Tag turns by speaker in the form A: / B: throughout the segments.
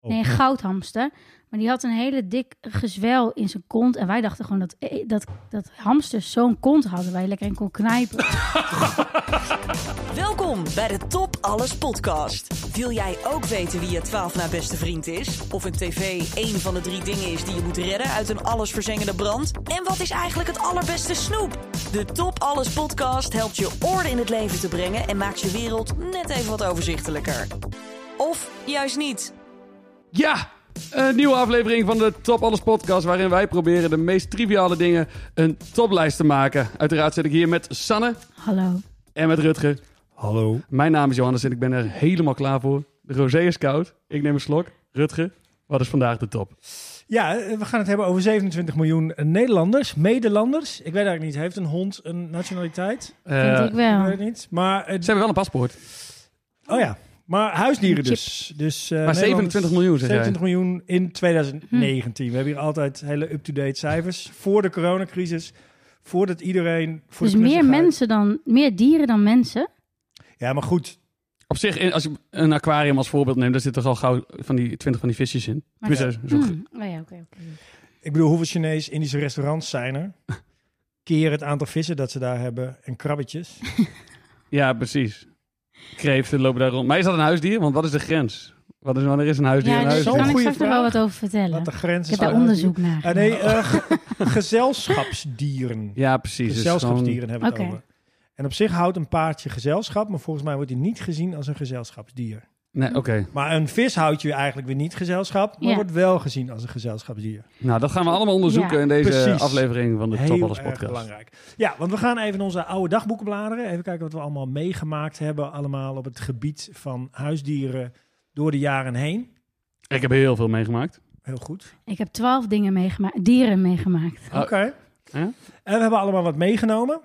A: Oh.
B: Nee, een goudhamster. Maar die had een hele dik gezwel in zijn kont. En wij dachten gewoon dat, eh, dat, dat hamsters zo'n kont hadden waar je lekker in kon knijpen.
C: Welkom bij de Top Alles podcast. Wil jij ook weten wie je 12 na beste vriend is? Of een tv één van de drie dingen is die je moet redden uit een allesverzengende brand? En wat is eigenlijk het allerbeste snoep? De Top Alles podcast helpt je orde in het leven te brengen en maakt je wereld net even wat overzichtelijker. Of juist niet.
D: Ja, een nieuwe aflevering van de Top Alles podcast... waarin wij proberen de meest triviale dingen een toplijst te maken. Uiteraard zit ik hier met Sanne
B: Hallo.
D: en met Rutger.
A: Hallo.
D: Mijn naam is Johannes en ik ben er helemaal klaar voor. De rosé is koud. Ik neem een slok. Rutger, wat is vandaag de top?
A: Ja, eh, we gaan het hebben over 27 miljoen Nederlanders, medelanders. Ik weet eigenlijk niet, heeft een hond een nationaliteit?
D: Eh,
B: Vind ik
A: Ik
B: wel.
A: weet het niet. Maar, eh,
D: Ze hebben wel een paspoort.
A: oh ja, maar huisdieren
B: Chip. Hm.
A: dus. dus eh,
D: maar
A: Nederlanders-
D: 27 miljoen, zeg jij.
A: 27 miljoen in 2019. We hebben hier altijd hele up-to-date cijfers. Voor de coronacrisis, voordat iedereen... Voor
B: Dus
A: de
B: meer
A: knussigheid-
B: mensen dan, meer dieren dan mensen.
A: Ja, maar goed.
D: Op zich, in- als je een aquarium als voorbeeld neemt... daar zit toch al gauw van die 20 van die visjes in.
B: Maar-
D: Tenminste, zo-
B: Hmm. Oh ja, oké, oké.
A: Ik bedoel, hoeveel Chinees-Indische restaurants zijn er? Keer het aantal vissen dat ze daar hebben en krabbetjes.
D: Ja, precies. Kreeften lopen daar rond. Maar is dat een huisdier? Want wat is de grens? Wat is, wanneer is een huisdier
B: Ja, dus daar
D: een
A: huis-
D: huisdier?
B: kan ik
A: Goeie
B: straks nog wel
A: vraag.
B: wat over vertellen.
A: Wat de grens
B: Ik heb
A: is.
B: daar
A: van-
B: onderzoek naar.
A: Ah, nee, eh, ge- gezelschapsdieren.
D: Ja, precies. Dus gewoon-
A: Gezelschapsdieren hebben we
B: Oké.
A: het over. En op zich houdt een paardje gezelschap, maar volgens mij wordt hij niet gezien als een gezelschapsdier.
D: Nee, oké.
A: Maar een vis houdt je eigenlijk weer niet gezelschap, maar
B: Ja.
A: wordt wel gezien als een gezelschapsdier.
D: Nou, dat gaan we allemaal onderzoeken
B: Ja.
D: in deze
A: Precies.
D: aflevering van de Top
A: Heel
D: Alles
A: erg
D: podcast.
A: belangrijk. Ja, want we gaan even in onze oude dagboeken bladeren. Even kijken wat we allemaal meegemaakt hebben, allemaal op het gebied van huisdieren door de jaren heen.
D: Ik heb heel veel meegemaakt.
A: Heel goed.
B: Ik heb twaalf dingen meegemaakt, dieren meegemaakt.
D: Oh.
A: Oké.
D: Huh?
A: En we hebben allemaal wat meegenomen.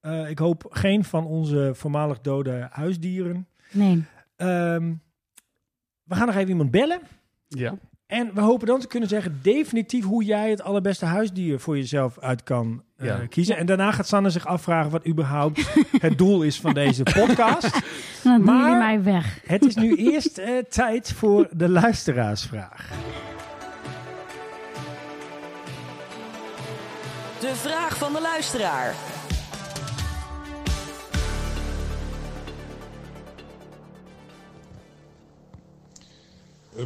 A: Eh, ik hoop geen van onze voormalig dode huisdieren.
B: Nee.
A: Ehm, we gaan nog even iemand bellen.
D: Ja.
A: En we hopen dan te kunnen zeggen definitief hoe jij het allerbeste huisdier voor jezelf uit kan eh,
D: Ja.
A: kiezen. En daarna gaat Sanne zich afvragen wat überhaupt het doel is van deze podcast.
B: Dan doen
A: Maar-
B: jullie mij weg.
A: het is nu eerst eh, tijd voor de luisteraarsvraag.
C: De vraag van de luisteraar.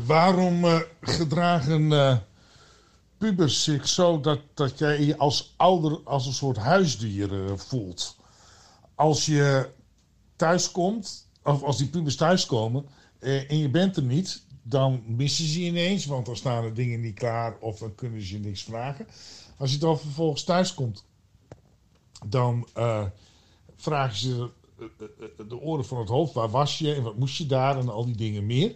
E: Waarom eh, gedragen eh pubers zich zo dat, dat jij je als ouder als een soort huisdier eh, voelt? Als je thuiskomt, of als die pubers thuiskomen eh, en je bent er niet, dan missen ze je ineens, want dan staan er dingen niet klaar of dan kunnen ze je niks vragen. Als je dan vervolgens thuiskomt, dan eh, vragen ze eh, eh, eh, de oren van het hoofd, waar was je en wat moest je daar en al die dingen meer.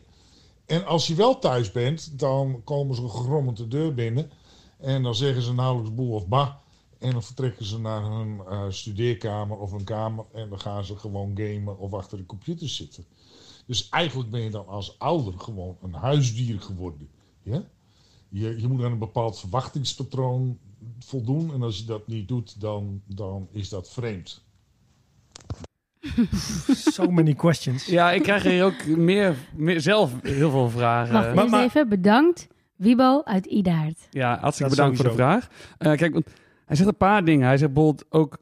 E: En als je wel thuis bent, dan komen ze grommend de deur binnen. En dan zeggen ze nauwelijks boel of bah. En dan vertrekken ze naar hun eh, studeerkamer of hun kamer. En dan gaan ze gewoon gamen of achter de computer zitten. Dus eigenlijk ben je dan als ouder gewoon een huisdier geworden. Ja? Je, je moet aan een bepaald verwachtingspatroon voldoen. En als je dat niet doet, dan, dan is dat vreemd.
A: So many questions.
D: ja, ik krijg hier ook meer, meer zelf heel veel vragen.
B: Wacht
A: Eh, maar-
B: eerst
A: maar-
B: even. Bedankt, Wibo uit Idaard.
D: Ja, hartstikke
A: Dat
D: bedankt voor de
A: sowieso.
D: vraag. Eh, kijk, want hij zegt een paar dingen. Hij zegt bijvoorbeeld ook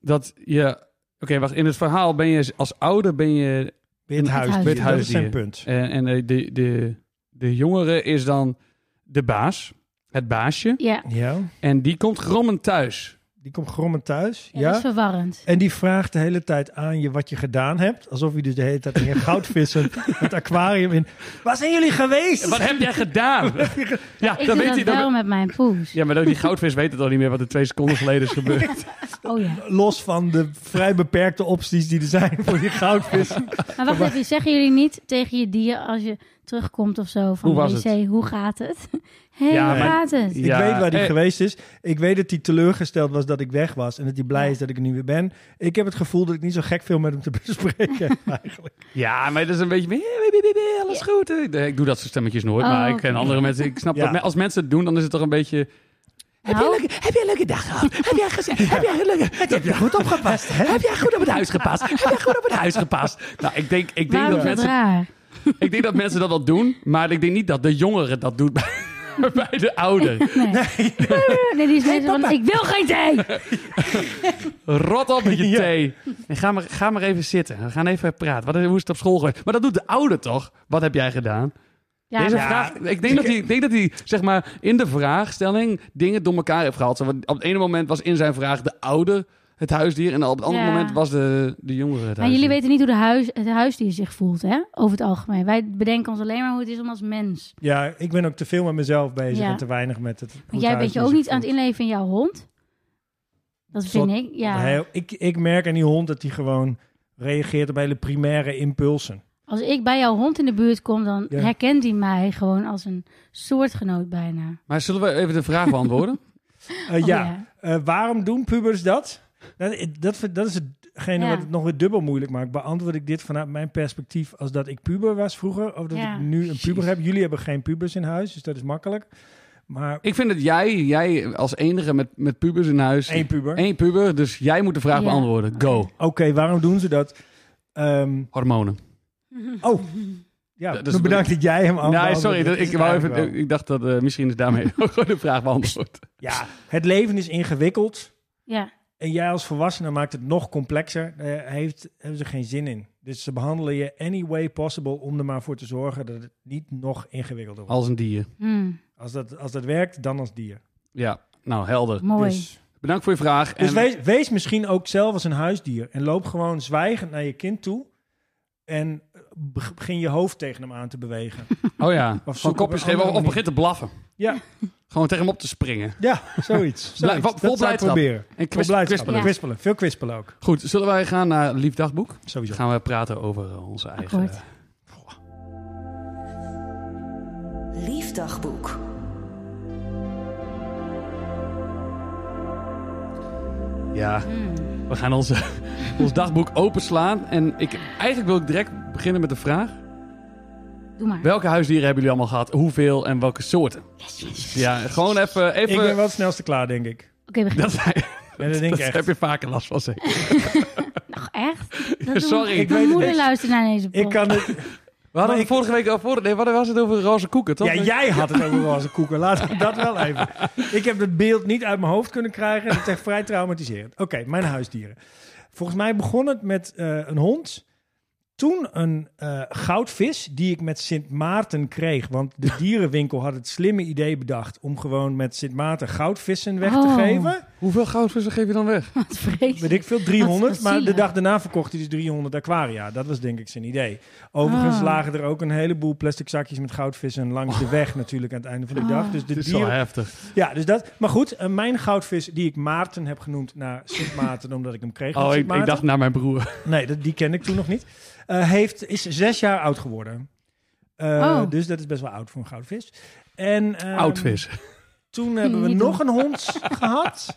D: dat je... Oké, wacht. In het verhaal ben je als ouder ben je
A: Wit het huisdier.
B: Wit
A: Dat is
D: huisdier.
A: zijn punt.
D: En, en eh, de, de, de jongere is dan de baas, het baasje.
B: Ja,
A: Ja,
D: En die komt grommend thuis.
A: die komt grommend thuis.
B: ja,
A: Ja.
B: dat is verwarrend.
A: En die vraagt de hele tijd aan je wat je gedaan hebt. Alsof je dus de hele tijd in je goudvissen het aquarium in. Waar zijn jullie geweest?
D: Wat heb jij gedaan? Ja,
B: Ik doe
D: dan weet
B: dat
D: hij
B: wel
D: dan.
B: met mijn poes.
D: Ja, maar dan- die goudvis weet het al niet meer wat er twee seconden geleden is gebeurd.
B: Oh ja.
A: Los van de vrij beperkte opties die er zijn voor die goudvissen.
B: Maar wacht even, zeggen jullie niet tegen je dier als je terugkomt of zo van
D: Hoe was
B: de wc, hoe gaat het? Hé,
D: Ja,
B: hoe
D: maar-
B: gaat het?
A: Ik weet waar die
D: eh,
A: geweest is. Ik weet dat hij teleurgesteld was dat ik weg was. En dat hij blij is dat ik er nu weer ben. Ik heb het gevoel dat ik niet zo gek veel met hem te bespreken heb eigenlijk.
D: Ja, maar dat is een beetje... "Bee, bee, bee, bee, bee, Alles goed. hè?" Nee, Ik doe dat soort stemmetjes nooit,
B: Oh,
D: maar ik
B: oké.
D: ken andere mensen. Ik snap
A: Ja.
D: dat me- als mensen het doen, dan is het toch een beetje...
B: Nou,
D: heb jij een leuke dag gehad? Heb jij gezellig? Heb jij heb je goed opgepast? Heb jij goed op het huis gepast? Heb jij goed op het huis gepast? Nou, ik denk, ik denk
B: waarom
D: dat
B: is dat
D: mensen...
B: raar?
D: Ik denk dat mensen dat wel doen, maar ik denk niet dat de jongere dat doet bij, bij de ouder.
B: Nee. Nee, die is meestal van, ik wil geen thee.
D: Rot op met je
A: Ja.
D: thee. En ga maar, ga maar even zitten. We gaan even praten. Wat, hoe is het op school geweest? Maar dat doet de ouder toch? Wat heb jij gedaan?
B: Ja,
D: Deze
B: maar-
D: vraag, ik denk dat hij, ik denk dat hij zeg maar, in de vraagstelling dingen door elkaar heeft gehaald. Zo, want op het ene moment was in zijn vraag de ouder het huisdier. En op het andere
B: Ja.
D: moment was de, de jongere het
B: Maar jullie
D: huisdier.
B: weten niet hoe de huis, het huisdier zich voelt, hè? Over het algemeen. Wij bedenken ons alleen maar hoe het is om als mens.
A: Ja, ik ben ook te veel met mezelf bezig
B: Ja.
A: en te weinig met het. hoe
B: Want
A: het
B: jij bent je
A: huis
B: ook
A: is
B: niet aan het
A: gevoed.
B: inleven in jouw hond. Dat vind
A: Soort-
B: ik, ja.
A: Heel- ik, ik merk aan die hond dat hij gewoon reageert op hele primaire impulsen.
B: Als ik bij jouw hond in de buurt kom, dan
A: Ja.
B: herkent hij mij gewoon als een soortgenoot bijna.
D: Maar zullen we even de vraag beantwoorden?
A: Eh,
B: Oh,
A: ja,
B: ja.
A: Eh, waarom doen pubers dat? Dat, dat, vind- dat is hetgene
B: Ja.
A: wat het nog weer dubbel moeilijk maakt. Beantwoord ik dit vanuit mijn perspectief als dat ik puber was vroeger, of dat
B: Ja.
A: ik nu een puber heb. Jullie hebben geen pubers in huis, dus dat is makkelijk. Maar
D: Ik vind dat jij, jij als enige met, met pubers in huis...
A: één puber.
D: één puber, dus jij moet de vraag
B: Ja.
D: beantwoorden. Go.
A: Oké, waarom doen ze dat? Ehm,
D: Hormonen.
A: oh, ja,
D: Dat is-
A: dus bedankt dat jij hem antwoordt.
D: nee, sorry. dat-
A: is
D: ik,
A: het
D: wou
A: eigenlijk
D: even,
A: wel.
D: ik dacht dat eh, misschien is daarmee ook gewoon de vraag beantwoord.
A: Ja, het leven is ingewikkeld.
B: Ja,
A: En jij als volwassene maakt het nog complexer. Eh, heeft, hebben ze geen zin in. Dus ze behandelen je any way possible om er maar voor te zorgen dat het niet nog ingewikkelder wordt.
D: Als een dier.
B: Hm,
A: Als dat, als dat werkt, dan als dier.
D: Ja, nou helder.
B: mooi.
A: Dus,
D: Bedankt voor je vraag.
A: dus
D: en
A: wees, wees misschien ook zelf als een huisdier. En loop gewoon zwijgend naar je kind toe. En beg- begin je hoofd tegen hem aan te bewegen.
D: Oh ja, gewoon
A: Of zoek op Oh,
D: kopjes
A: een
D: geven of,
A: andere
D: of begint te blaffen.
A: ja,
D: Gewoon tegen hem op te springen.
A: ja, zoiets.
D: Blij-
A: zoiets.
D: vol
A: dat zou ik
D: blijdschap.
A: proberen.
D: En
A: Veel
D: kwis-
A: blijdschap.
D: kwispelen.
B: Ja.
A: Kwispelen. Veel kwispelen ook.
D: Goed, zullen wij gaan naar Lief Dagboek?
A: Sowieso.
D: Dan gaan we praten over eh, onze eigen...
B: Akkoord.
D: eh,
C: Liefdagboek.
D: ja,
B: Hm.
A: Hmm.
D: we gaan onze, ons dagboek openslaan. En ik, eigenlijk wil ik direct beginnen met de vraag.
B: Doe maar.
D: Welke huisdieren hebben jullie allemaal gehad? Hoeveel en welke soorten?
B: Yes, yes.
D: Ja, gewoon even...
A: Ik ben
D: even
A: wel het snelste klaar, denk ik.
B: Oké, we gaan
D: dat zijn-
A: Ja, dat denk
D: dat
A: ik echt.
D: heb je vaker last van, zeker.
B: nog echt. Dat
D: Ja,
B: doen-
D: sorry. Ik
A: weet
B: Mijn
A: het
B: moeder
A: niet.
B: luistert naar deze
A: Ik
B: podcast.
A: kan het...
D: We hadden
A: ik-
D: vorige week... al Voor, nee, wat was het over roze koeken, toch?
A: Ja, jij had het over roze koeken. Laten we dat wel even. Ik heb het beeld niet uit mijn hoofd kunnen krijgen. Dat is echt vrij traumatiserend. Oké, mijn huisdieren. Volgens mij begon het met eh, een hond. Toen een eh, goudvis die ik met Sint Maarten kreeg. Want de dierenwinkel had het slimme idee bedacht om gewoon met Sint Maarten goudvissen weg te
B: Oh.
A: geven.
D: Hoeveel goudvissen geef je dan weg?
B: Wat vreselijk.
A: Weet ik veel, 300.
B: Wat
A: Maar de
B: zielig.
A: dag daarna verkocht hij dus 300 aquaria. Dat was denk ik zijn idee. Overigens
B: Ah.
A: lagen er ook een heleboel plastic zakjes met goudvissen langs de weg natuurlijk aan het einde van de
B: Ah.
A: dag. Dus de
D: Dit is
A: dieren-
D: wel heftig.
A: ja, dus dat. Maar goed, eh, mijn goudvis die ik Maarten heb genoemd naar Sint Maarten, omdat ik hem kreeg. met
D: Oh,
A: Sint
D: ik, ik
A: Maarten.
D: dacht naar mijn broer.
A: Nee, dat, die kende ik toen nog niet. Eh, heeft, is zes jaar oud geworden. Eh,
B: Oh.
A: Dus dat is best wel oud voor een goudvis. En, ehm,
D: Oudvis.
A: Toen hebben we
B: Niet doen.
A: nog een hond gehad.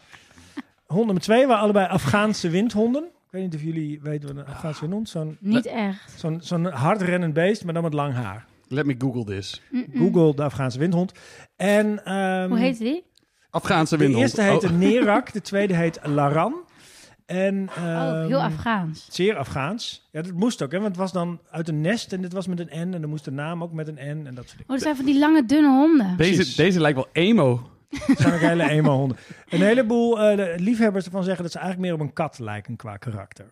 A: Hond nummer twee waren allebei Afghaanse windhonden. Ik weet niet of jullie weten wat een Afghaanse windhond is. Zo'n
B: Niet echt.
A: zo'n zo'n hard rennend beest, maar dan met lang haar.
D: Let me google this.
B: Mm-mm.
A: Google de Afghaanse windhond. En, ehm,
B: Mm. Hoe heet die?
D: Afghaanse Oh,
A: De
D: windhond.
A: eerste heette Nerak, de tweede heet Laran. En,
B: Oh,
A: ehm,
B: heel Afghaans.
A: Zeer Afghaans. Ja, dat moest ook, hè, want het was dan uit een nest en dit was met een N. En dan moest de naam ook met een N en dat soort dingen.
B: Oh, dat zijn van die lange, dunne honden.
D: Deze,
A: Precies.
D: deze lijkt wel emo.
A: Dat zijn ook hele eenmaal honden. Een heleboel eh, de liefhebbers ervan zeggen dat ze eigenlijk meer op een kat lijken qua karakter.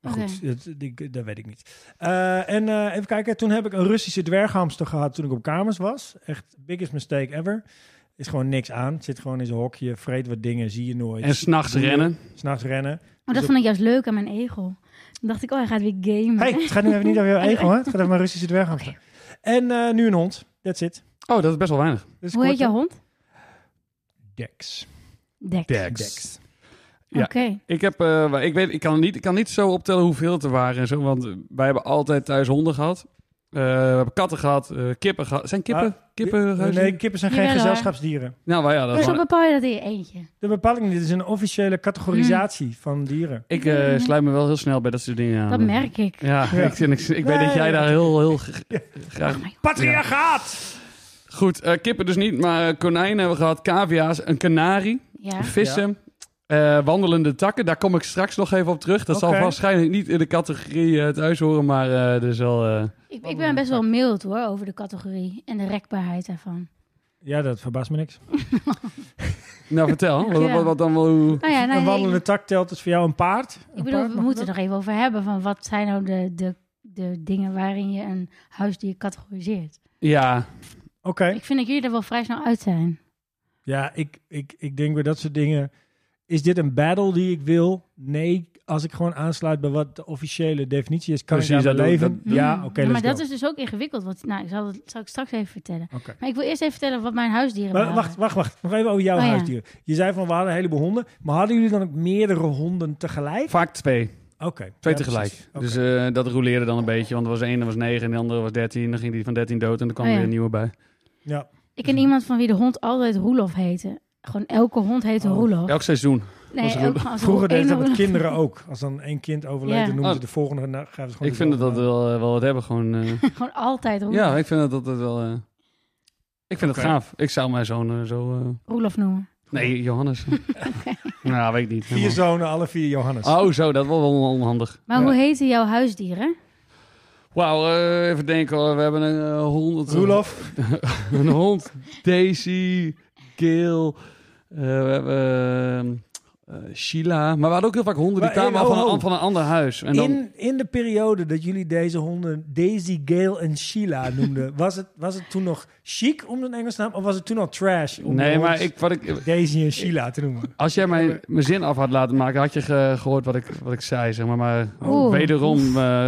A: Maar goed,
B: Oké.
A: dat, die- dat weet ik niet. Eh, en eh, even kijken, toen heb ik een Russische dwerghamster gehad toen ik op kamers was. Echt biggest mistake ever. Is gewoon niks aan. Zit gewoon in zijn hokje, vreet wat dingen, zie je nooit.
D: En s'nachts
A: Boeien.
D: rennen.
A: S'nachts rennen.
B: Maar Oh, dat vond ik juist leuk aan mijn egel. Toen dacht ik, oh, hij gaat weer gamen.
A: Hey, het gaat nu even niet over jouw egel, hè? Het gaat over mijn Russische dwerghamster. En eh, nu een hond. That's it.
D: Oh, dat is best wel weinig.
A: Dus
B: Hoe heet jouw hond?
A: Dex.
B: Dex.
A: Dex.
D: Ja.
B: Oké.
D: Ik, heb, eh, wa- ik, weet, ik, kan niet, ik kan niet zo optellen hoeveel het er waren en zo. Want wij hebben altijd thuis honden gehad. Eh, we hebben katten gehad, eh, kippen gehad. Zijn kippen? kippen
A: Ah, Nee,
D: huisdieren?
A: nee, kippen zijn
B: Jawel,
A: geen
B: hoor.
A: gezelschapsdieren.
D: Nou, maar ja, dat is
B: Dus dan
D: waar.
B: bepaal je dat in je eentje.
A: De bepaling, dit is een officiële categorisatie
B: Mm.
A: van dieren.
D: Ik eh, sluit me wel heel snel bij dat soort dingen aan.
B: Dat merk ik.
D: Ja,
A: Ja.
D: Ik, ik, ik weet
A: Nee,
D: dat jij
A: ja.
D: daar heel, heel g- graag...
B: Oh
A: Patriarchaat!
D: Goed, eh, kippen dus niet, maar eh, konijnen hebben we gehad. Cavia's, een kanarie,
B: Ja.
D: vissen, Eh, wandelende takken, daar kom ik straks nog even op terug. Dat zal
A: Oké.
D: waarschijnlijk niet in de categorie eh, thuis horen, maar eh, er zal... eh,
B: Ik, ik ben best wel mild hoor over de categorie en de rekbaarheid daarvan.
A: Ja, dat verbaast me niks.
D: Nou, vertel. Wat,
B: Ja.
D: wat, wat dan wel... hoe-
B: Nou ja, nou,
A: een
B: ja,
A: wandelende
B: ik,
A: tak telt dus voor jou een paard.
B: ik bedoel, we moeten het nog even over hebben van wat zijn nou de, de, de dingen waarin je een huisdier categoriseert.
D: Ja,
A: Oké.
B: Ik vind dat jullie er wel vrij snel uit zijn.
A: Ja, ik, ik, ik denk bij dat soort dingen. Is dit een battle die ik wil? Nee, als ik gewoon aansluit bij wat de officiële definitie is, kan
D: Precies,
A: ik daar
D: dat-
A: leven.
D: dat-
A: ja,
B: Mm.
A: oké,
B: maar
A: let's
B: dat
A: go.
B: is dus ook ingewikkeld. Want, nou, ik zal, het, zal ik straks even vertellen.
A: Oké.
B: Maar ik wil eerst even vertellen wat mijn huisdieren
A: Maar
B: waren.
A: wacht, wacht, wacht. Nog even over jouw
B: Oh, ja.
A: huisdieren. Je zei van we hadden een heleboel honden, maar hadden jullie dan ook meerdere honden tegelijk?
D: vaak twee.
A: Oké.
D: Twee
A: ja,
D: tegelijk.
A: precies. Oké.
D: Dus eh, dat roleerde dan een beetje. Want er was één, er was negen en de andere was dertien. Dan ging die van dertien dood en er kwam
B: Oh, ja.
D: weer een nieuwe bij.
A: ja.
B: Ik ken iemand van wie de hond altijd Roelof heette. Gewoon elke hond heette
A: Oh.
B: Roelof.
D: Elk seizoen. was
B: nee,
D: Roelof.
B: elke, als er
A: Vroeger
B: één
A: deden ze dat met
B: Roelof-
A: kinderen ook. Als dan één kind overleed,
B: Ja.
A: dan noemden ze
D: Oh.
A: de volgende. Nou, gaven ze gewoon
D: Ik vind dat dat
A: dezelfde
D: wel, eh, wel wat hebben. Gewoon, eh,
B: Gewoon altijd Roelof,
D: ja, ik vind dat dat, dat wel... eh, ik vind
A: Oké.
D: het gaaf. Ik zou mijn zoon eh, zo... eh,
B: Roelof noemen.
D: nee, Johannes. nou, weet ik niet.
A: naam. Vier zonen, alle vier Johannes.
D: Oh, zo. Dat was wel onhandig.
B: Maar
A: Ja.
B: hoe heten jouw huisdieren?
D: Wauw, eh, even denken hoor. We hebben een eh, honderd...
A: Roelof,
D: Een hond, Daisy, Gail, eh, we hebben eh, eh, Sheila. Maar we hadden ook heel vaak honden die
A: Maar,
D: kwamen
A: eh,
D: van,
A: ho, ho.
D: een- van een ander huis. En dan,
A: in, in de periode dat jullie deze honden Daisy, Gail en Sheila noemden, was het, was het toen nog chic om een Engels naam? Of was het toen al trash om de
D: nee,
A: hond
D: maar ik, wat ik,
A: Daisy en Sheila te noemen?
D: als jij mijn, mijn zin af had laten maken, had je ge- gehoord wat ik, wat ik zei. Zeg maar, maar oh,
B: Oeh.
D: wederom eh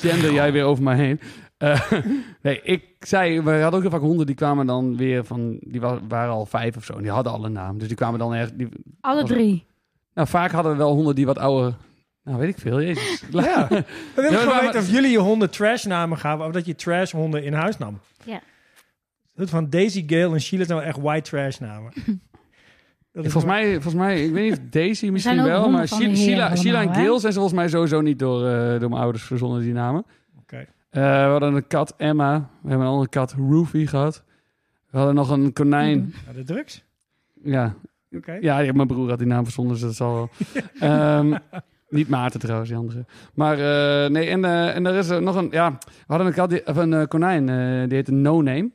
D: dender jij weer over mij heen. Eh, nee, ik zei, we hadden ook heel vaak honden die kwamen dan weer van, die wa- waren al vijf of zo. En die hadden al een naam. Dus die kwamen dan echt, die,
B: Alle
D: Was-
B: drie.
D: nou vaak hadden we wel honden die wat ouder, nou weet ik veel, jezus.
A: Ja. We willen
D: maar-
A: gewoon
D: maar-
A: weten of jullie je honden trash namen gaven, of dat je trash honden in huis nam.
B: Ja.
A: Dat van Daisy, Gail en Sheila zijn wel echt white trash namen. Dat is
D: Volgens mij, volgens mij, ik weet niet of Daisy misschien
B: ook
D: wel,
B: honden
D: maar
B: van
D: Sheila,
B: de heren
D: Sheila,
B: allemaal,
D: Sheila en
B: hè?
D: Gail zijn ze volgens mij sowieso niet door, eh, door mijn ouders verzonnen, die namen.
A: Oké.
D: Eh, we hadden een kat, Emma. We hebben een andere kat, Roofy, gehad. We hadden nog een konijn.
B: Mhm.
A: Nou, de drugs.
B: Hm.
D: Ja,
A: Oké.
D: ja die- mijn broer had die naam verzonnen, dus dat zal wel. Ehm, niet Maarten trouwens, die andere. Maar eh, nee, en, eh, en er is er nog een, ja, we hadden een, kat die, of een eh, konijn, eh, die heette No Name.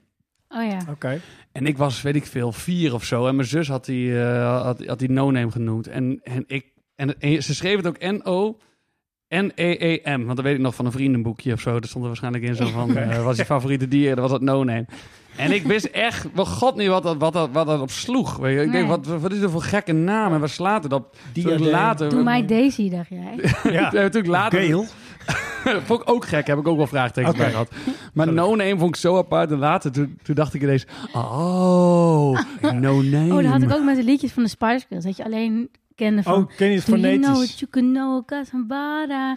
B: Oh ja.
A: Oké.
D: En ik was, weet ik veel, vier of zo. En mijn zus had die, eh, had, had die no-name genoemd. En, en, ik, en, en ze schreef het ook N-O... N-E-E-M, want dat weet ik nog van een vriendenboekje of zo. Daar stond er waarschijnlijk in zo van, eh, was je favoriete dier, dat was dat no-name. En ik wist echt, wel god niet wat dat, wat dat, wat dat op sloeg. Weet je. Ik denk,
B: Nee.
D: wat, wat is er voor gekke naam en waar slaat het op? Toen ik
A: Diadeem.
D: later,
B: Doe mij Daisy, dacht jij.
A: Ja.
D: Toen ik later
A: Gail.
D: vond ik ook gek, heb ik ook wel vraagtekens
A: Oké.
D: bij gehad. Maar No Name vond ik zo apart. En later, toen, toen dacht ik ineens, oh, No Name.
B: Oh, dat had ik ook met de liedjes van de Spice Girls. Dat je alleen kende van...
A: Oh, ken je het
B: Do you know
A: fonetisch?
B: what you can know, Casambara?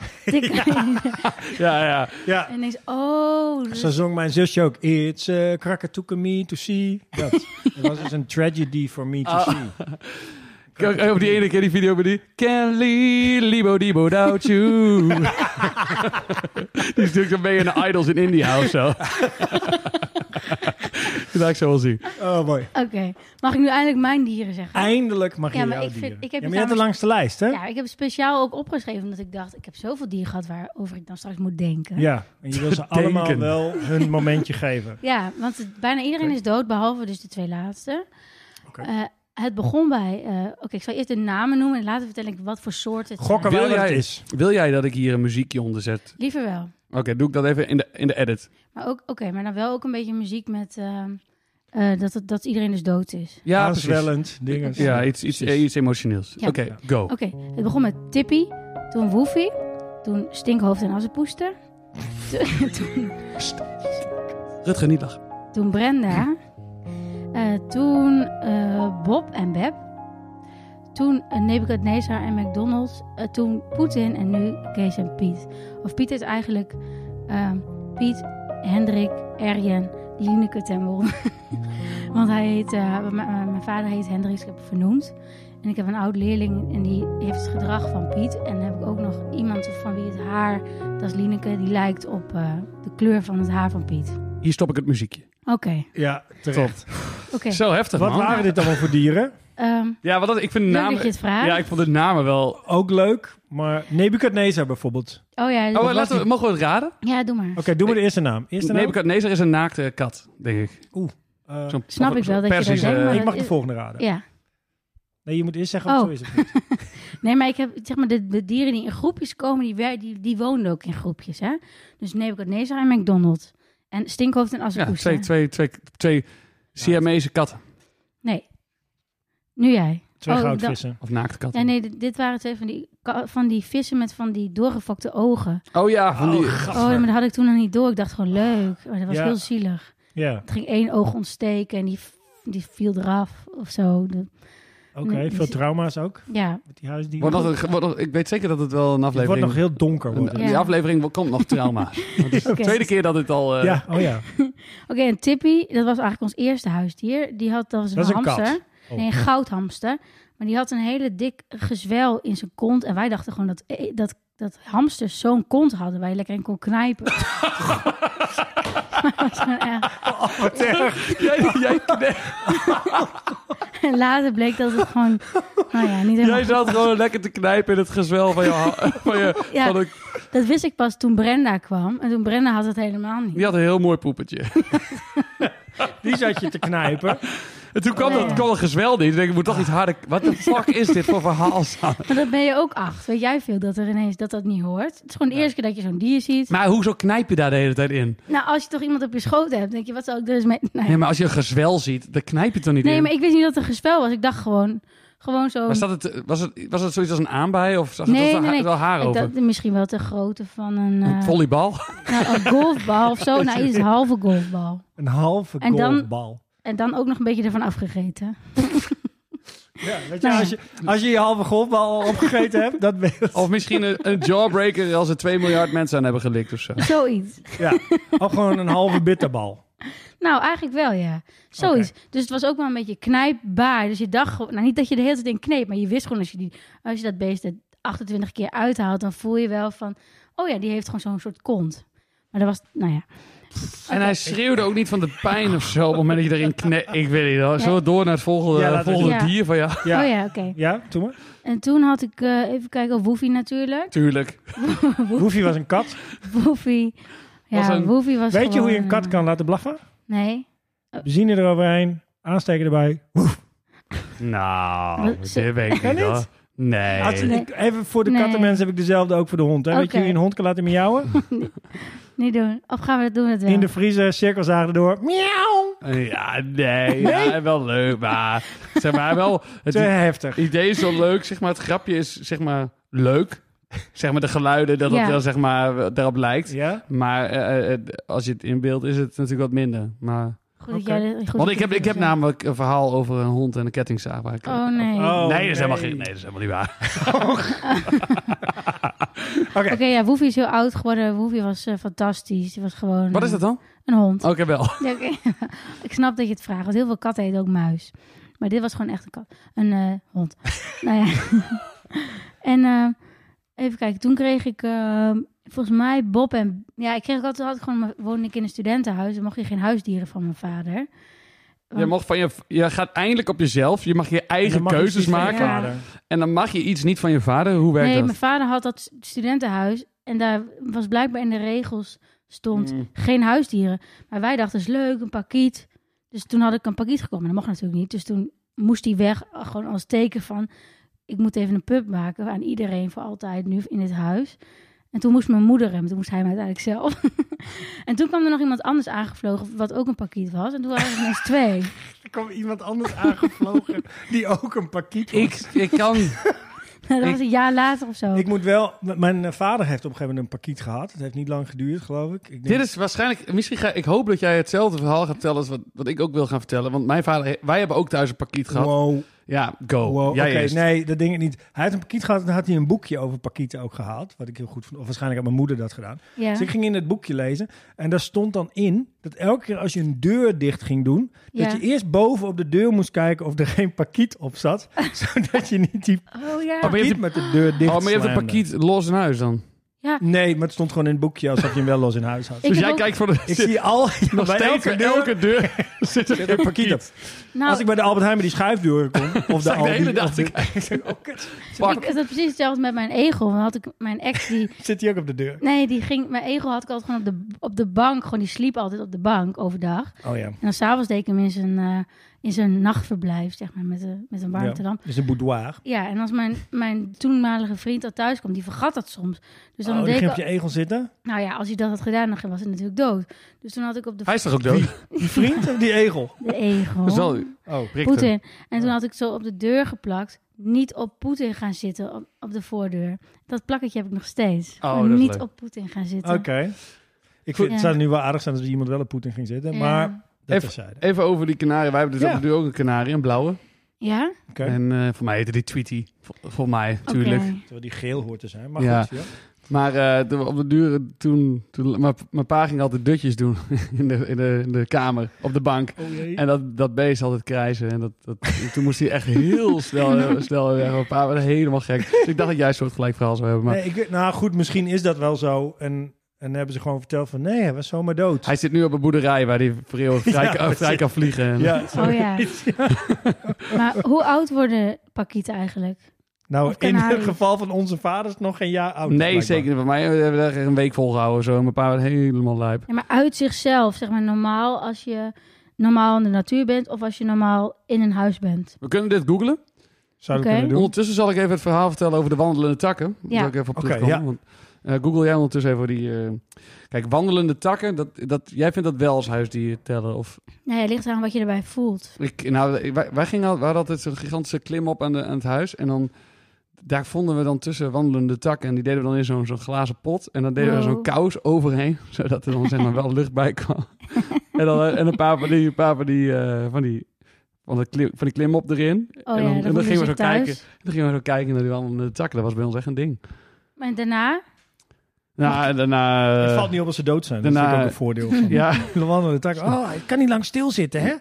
D: Ja, ja.
A: Ja.
B: En ineens, oh... dat-
A: Zo zong mijn zusje ook. It's a crackatuka me to see. Dat. Het was dus een tragedy for me to
D: Ah.
A: see.
D: Ik heb ook- Op die ene keer die video met die... Kelly, libo dibo without you. die is natuurlijk dan mee in de Idols in India of zo. dat ga ik zo wel zien.
A: Oh, mooi.
B: Oké, mag ik nu eindelijk mijn dieren zeggen?
A: Eindelijk mag je
B: Ja, maar
A: jouw
B: ik vind-
A: dieren.
B: ik heb
A: ja,
B: het
A: maar je had de
B: namelijk-
A: langste lijst, hè?
B: Ja, ik heb speciaal ook opgeschreven omdat ik dacht, ik heb zoveel dieren gehad waarover ik dan straks moet denken.
A: Ja, en je wil ze
D: Denken.
A: allemaal wel hun momentje geven.
B: Ja, want het- bijna iedereen is dood, behalve dus de twee laatste.
A: Oké.
B: Eh, het begon bij... eh, Oké, ik zal eerst de namen noemen en later vertel ik wat voor soort het
A: Gokken
D: Wil
A: wel wat het
D: jij-
A: is.
D: Wil jij dat ik hier een muziekje onder zet?
B: Liever wel.
D: Oké, doe ik dat even in de, in de edit.
B: Maar ook, oké, maar dan wel ook een beetje muziek met ehm, eh, dat, het- dat iedereen dus dood is.
D: Ja, precies.
A: Aanzwellend dingen.
D: Ja, iets, iets,
A: Precies.
D: iets emotioneels.
B: Ja.
D: Oké, go.
B: Oké, het begon met Tippy, toen Woefie, toen Stinkhoofd en Assepoester, toen, toen, Oh.
D: Rutger, niet lachen.
B: toen Brenda, eh, toen eh, Bob en Beb, toen eh, Nebuchadnezzar en McDonald's, eh, toen Poetin en nu Kees en Piet. Of Piet is eigenlijk ehm, Piet, Hendrik, Erjen, Lineke ten Wolde. Want hij heet, eh, m- m- mijn vader heet Hendrik, ik heb hem vernoemd. En ik heb een oud leerling en die heeft het gedrag van Piet. En dan heb ik ook nog iemand van wie het haar, dat is Lineke, die lijkt op eh, de kleur van het haar van Piet.
D: Hier stop ik het muziekje.
B: Oké,
A: Ja, terecht.
B: oké.
D: Zo heftig,
A: Wat
D: man.
A: waren dit allemaal voor dieren?
B: Ehm,
D: Ja, want dat, ik vind de
B: Leuk
D: namen...
B: dat je het vraagt.
D: Ja, ik vond de namen wel...
A: Ook leuk, maar Nebukadnezar bijvoorbeeld.
B: oh ja,
D: Oh,
B: dat-
D: laten we, mogen we het raden?
B: ja, doe maar.
A: Oké, doe maar de eerste naam. Eerste naam?
D: Nebuchadnezzar is een naakte kat, denk ik. eh, Zo'n-
A: Eh,
B: Snap
D: zo'n
B: ik wel dat je dat
D: Perzische-
B: denkt, maar
A: ik mag
B: dat
A: de
B: is-
A: volgende raden.
B: Ja.
A: Nee, je moet eerst zeggen of het
B: Oh.
A: zo is of niet.
B: Nee, maar ik heb zeg maar de, de dieren die in groepjes komen, die, wer- die, die woonden ook in groepjes, hè? Dus Nebuchadnezzar en McDonald's. En Stinkhoofd en
D: Ja,
B: Assepoester.
D: twee, twee, twee, twee Siamese katten.
B: Nee. Nu jij.
A: Twee
B: Oh,
A: goudvissen.
D: Of naakte
B: Ja,
D: katten.
B: nee, dit, dit waren twee van die, ka- van die vissen met van die doorgefokte ogen.
D: Oh ja, van die...
B: Oh, maar dat had ik toen nog niet door. Ik dacht gewoon leuk. Maar dat was
A: Ja.
B: heel zielig.
A: Ja,
B: Het ging één oog ontsteken en die, f- die viel eraf of zo. De-
A: oké.
B: Nee,
A: veel
B: die-
A: trauma's ook
B: ja,
A: met die huisdieren.
D: Wordt nog, een- wordt nog- ik weet zeker dat het wel een
A: het wordt
D: aflevering...
A: nog heel donker. Wordt
D: een-
A: het.
B: Ja.
D: Die aflevering wo- komt nog trauma's. Want het is de
B: Oké.
D: tweede keer dat het al... eh,
A: ja, oh ja.
B: Oké, en Tippy, dat was eigenlijk ons eerste huisdier. Die had, dat was een,
A: Dat is een
B: hamster.
A: kat. Oh.
B: Nee, een goudhamster. Maar die had een hele dik gezwel in zijn kont. En wij dachten gewoon dat, eh, dat, dat hamsters zo'n kont hadden. Waar je lekker in kon knijpen. Maar dat was gewoon echt-
D: Jij, jij, nee,
B: En later bleek dat het gewoon... Nou ja, niet helemaal
D: jij zat gewoon lekker te knijpen in het gezwel van je... ha- Van je
B: Ja.
D: van een,
B: goed. Dat wist ik pas toen Brenda kwam. En toen Brenda had het helemaal niet.
D: die had een heel mooi poepetje.
A: Die zat je te knijpen.
D: En toen kwam
B: Nee.
D: dat kwam het gezwel niet. Ik denk, ik moet toch iets harder... Wat de fuck is dit voor verhaal?
B: Maar dat ben je ook acht. Weet jij veel dat er ineens dat dat niet hoort? Het is gewoon de eerste keer dat je zo'n dier ziet.
D: Maar hoezo knijp je daar de hele tijd in?
B: Nou, als je toch iemand op je schoot hebt, denk je, wat zou ik er eens mee... Nou ja.
D: Nee, maar als je een gezwel ziet, dan knijp je het toch niet
B: Nee,
D: in?
B: maar ik wist niet dat het een gespel was. Ik dacht gewoon, gewoon zo.
D: Was, dat het, was, het, was het zoiets als een aanbij? Of zag
B: Nee,
D: het was er
B: nee,
D: ha-
B: nee.
D: wel haar
B: ik
D: over?
B: dacht misschien wel te grootte van een, eh,
D: Een volleybal?
B: nou, een golfbal of zo. Nou, iets halve golfbal.
A: Een halve
B: En dan-
A: golfbal.
B: En dan ook nog een beetje ervan afgegeten.
A: Ja, weet je,
B: Nou ja.
A: als, je, als je je halve golfbal al opgegeten hebt, dat ben je...
D: Of misschien een, een jawbreaker als er 2 miljard mensen aan hebben gelikt of zo.
B: Zoiets.
A: Ja. Of gewoon een halve bitterbal.
B: Nou, eigenlijk wel, ja. Zoiets. Dus het was ook wel een beetje knijpbaar. Dus je dacht gewoon, nou niet dat je de hele tijd in kneep, maar je wist gewoon als je, die, als je dat beest er 28 keer uithaalt, dan voel je wel van, oh ja, die heeft gewoon zo'n soort kont. Maar dat was, nou ja.
D: En hij schreeuwde ook niet van de pijn of zo op het moment dat je erin knijpt. Ik weet niet. hoor. Zullen we door naar het volgende,
A: Ja, laten we
D: volgende
B: doen.
D: dier van jou?
A: Ja,
B: Oh
A: ja.
B: ja, oké.
A: doe maar.
B: En toen had ik, eh, even kijken, Woofie natuurlijk.
D: Tuurlijk.
A: Woefie was een kat.
B: Woofie. Ja,
D: Was een-
B: Woofie was
A: Weet je hoe je een
B: gewoon,
A: kat
B: eh,
A: kan laten blaffen?
B: Nee.
A: Benzine eroverheen, aansteken erbij.
D: Nou,
B: Wat- ze-
D: dit weet ik
A: Kan
D: niet hoor.
A: niet?
D: Nee.
A: Als- ik- even voor de
B: Nee.
A: kattenmens heb ik dezelfde ook voor de hond. Hè? Weet je
B: Oké.
A: hoe je een hond kan laten miauwen?
B: Niet doen. Of gaan we dat doen? we Dat wel.
A: In de vriezer, cirkelzaag erdoor. Miauw!
D: Ja, nee. Ja, wel leuk, maar... Zeg maar, wel...
A: Te
D: Het
A: heftig.
D: idee is wel leuk, zeg maar. Het grapje is, zeg maar, leuk. Zeg maar, de geluiden, dat
B: Ja.
D: het wel, zeg maar, daarop lijkt.
A: Ja?
D: Maar eh, eh, als je het inbeeldt, is het natuurlijk wat minder. Maar...
B: Goed dat jij dat- goed dat
D: Want
B: je
D: ik heb,
B: dat
D: ik heb
B: zegt.
D: namelijk een verhaal over een hond en een kettingzaag. Waar ik,
B: Oh nee.
A: Oh,
D: nee, dat is helemaal geen, nee, dat is helemaal niet waar.
B: Oké, ja, Woofie is heel oud geworden. Woofie was eh, fantastisch. Die was gewoon
D: Wat is
B: eh,
D: dat dan? Oh.
B: een hond.
D: Oké, wel.
B: Ja, oké. ik snap dat je het vraagt. Want heel veel katten heten ook muis. Maar dit was gewoon echt een kat. Een eh, hond. nou ja. en eh, even kijken. Toen kreeg ik eh, volgens mij Bob en... Ja, ik kreeg ook altijd... Had ik gewoon, woonde ik in een studentenhuis. Dan mocht je geen huisdieren van mijn vader.
D: Je, mag van je, je gaat eindelijk op jezelf. Je mag je eigen
A: Dan mag je
D: keuzes
A: iets van je
D: maken.
B: Ja.
A: vader.
D: En dan mag je iets niet van je vader. Hoe werkt
B: Nee,
D: dat?
B: mijn vader had dat studentenhuis. En daar was blijkbaar in de regels stond
D: Mm.
B: geen huisdieren. Maar wij dachten, is leuk, een pakiet. Dus toen had ik een pakiet gekomen. Dat mocht natuurlijk niet. Dus toen moest hij weg, eh, gewoon als teken van... ik moet even een pub maken aan iedereen voor altijd nu in dit huis. En toen moest mijn moeder hem, toen moest hij hem uiteindelijk zelf. en toen kwam er nog iemand anders aangevlogen, wat ook een pakiet was. En toen waren er ineens twee.
A: Er kwam iemand anders aangevlogen die ook een pakiet was.
D: Ik,
A: Ik,
D: ik kan...
B: dat
D: Ik-
B: was een jaar later of zo.
A: moet wel... m- Mijn eh, vader heeft op een gegeven moment een pakiet gehad. Het heeft niet lang geduurd, geloof ik. ik denk-
D: Dit is waarschijnlijk... Misschien ga, ik hoop dat jij hetzelfde verhaal gaat vertellen als wat, wat ik ook wil gaan vertellen. Want mijn vader... Wij hebben ook thuis een pakiet gehad.
A: Wow,
D: Ja, go.
A: wow. Oké,
D: Oh, Jij eerst.
A: nee, dat ding niet. Hij had een pakiet gehad en dan had hij een boekje over pakieten ook gehaald. Wat ik heel goed vond. Of waarschijnlijk had mijn moeder dat gedaan.
B: ja.
A: Dus ik ging in het boekje lezen. En daar stond dan in dat elke keer als je een deur dicht ging doen...
B: ja.
A: dat je eerst boven op de deur moest kijken of er geen pakiet op zat. zodat je niet die
B: Oh ja.
D: Oh, maar je hebt
A: pakiet
D: een-
A: met de deur dicht
D: Oh, maar je hebt een
A: slamde.
D: pakiet los in huis dan.
B: Ja,
A: Nee, maar het stond gewoon in het boekje alsof je hem wel los in huis had.
B: Ik
D: dus
B: heb
D: jij
B: ook-
D: kijkt voor de...
A: Ik zie al
D: nog
A: bij
D: steeds
A: elke
D: bij
A: deur
D: elke deur zit er
A: zit er een
D: een
A: parkiet.
D: pakiet.
B: nou,
A: Als ik bij de Albert Heijn met die schuifdeur kom, of de
D: Sta ik de
A: Aldi,
D: hele dag
A: of
D: te
A: de-
D: kijken.
A: Oh, kut.
D: Fuck.
B: ik, dat is precies hetzelfde met mijn egel. Dan had ik mijn ex die
A: Zit hij ook op de deur?
B: Nee, die ging, mijn egel had ik altijd gewoon op de, op de bank. Gewoon, die sliep altijd op de bank overdag.
A: Oh ja.
B: En dan s'avonds deed ik hem in zijn, eh, in zijn nachtverblijf, zeg maar, met, de, met een warmte
A: ja.
B: dan.
A: Dus een boudoir.
B: Ja, en als mijn, mijn toenmalige vriend al thuis kwam, die vergat dat soms. Dus dan
A: Oh, die
B: deed
A: ging
B: ik,
A: op je egel zitten?
B: nou ja, als hij dat had gedaan, dan was hij natuurlijk dood. Dus toen had ik op de,
D: Hij is toch ook dood?
A: Die vriend of die egel?
B: de egel,
D: Zal
A: Oh.
D: Richter.
B: Poetin. En toen had ik zo op de deur geplakt, niet op Poetin gaan zitten, op, op de voordeur. Dat plakketje heb ik nog steeds.
D: Oh,
B: Gewoon
D: dat is
B: niet
D: leuk.
B: op Poetin gaan zitten.
A: Oké. Ik vind,
B: Ja.
A: het zou nu wel aardig zijn als er iemand wel op Poetin ging zitten,
B: Ja.
A: maar dat
D: Even-
A: terzijde.
D: Even over die kanaren. Wij hebben dus
A: Ja.
D: op de deur ook een kanarie, een blauwe.
B: Ja?
A: Oké.
D: En eh, voor mij heette die Tweety. Voor, voor mij,
B: Oké.
D: natuurlijk.
A: Terwijl die geel hoort te zijn, maar
D: Ja.
A: goed. Ja.
D: Maar eh, toen we op de duur, toen, toen mijn, mijn pa ging altijd dutjes doen in de, in, de, in de kamer, op de bank.
A: Oh jee.
D: En dat, dat beest altijd krijzen. En dat, dat, toen moest hij echt heel snel, heel snel weg. Mijn pa werd helemaal gek. Dus ik dacht dat jij een soort gelijk verhaal zou hebben. Maar
A: Nee, ik, weet- nou goed, misschien is dat wel zo. En, en hebben ze gewoon verteld van nee, hij was zomaar dood.
D: hij zit nu op een boerderij waar hij voor eeuwig vrij,
A: Ja,
D: kan- vrij kan vliegen. En-
A: ja,
B: Oh ja. maar hoe oud worden pakieten eigenlijk?
A: nou,
B: Of
A: in het
B: Canaries.
A: geval van onze vaders nog geen jaar oud.
D: nee,
A: blijkbaar.
D: zeker niet. Bij mij hebben we daar echt een week volgehouden. Zo. En Mijn pa werd helemaal lijp.
B: Ja, maar uit zichzelf, zeg maar normaal als je normaal in de natuur bent of als je normaal in een huis bent.
D: We kunnen dit googlen.
A: Zou dat
B: Oké.
A: kunnen doen?
D: Ondertussen zal ik even het verhaal vertellen over de wandelende takken. Daar
B: Ja.
D: zal ik even op
A: Oké,
D: terugkomen.
A: ja.
D: Want, eh, Google jij ondertussen even die... eh, Kijk, wandelende takken, dat, dat, jij vindt dat wel als huisdier tellen? Of,
B: Nee, het ligt eraan wat je erbij voelt.
D: ik, nou, ik- wij, wij, gingen, al- we hadden altijd zo'n gigantische klim op aan, de, aan het huis. En dan, daar vonden we dan tussen wandelende takken. En die deden we dan in zo'n zo'n glazen pot. En dan deden we
B: Wow.
D: zo'n kous overheen. Zodat er dan zeg maar wel lucht bij kwam. en, dan, eh, en een paar van die... Een paar van die, eh, van die van, de klim, van die klim op erin.
B: Oh
D: en dan,
B: ja,
D: en
B: dan,
D: dan gingen we zo
B: zo
D: kijken. En dan gingen we zo kijken naar die wandelende takken. Dat was bij ons echt een ding.
B: En daarna?
D: Nou, en daarna... eh,
A: het valt niet op als ze dood zijn. dat
D: daarna-
A: is natuurlijk ook een voordeel van
D: Ja,
A: de wandelende tak. Oh, ik kan niet lang stilzitten, hè?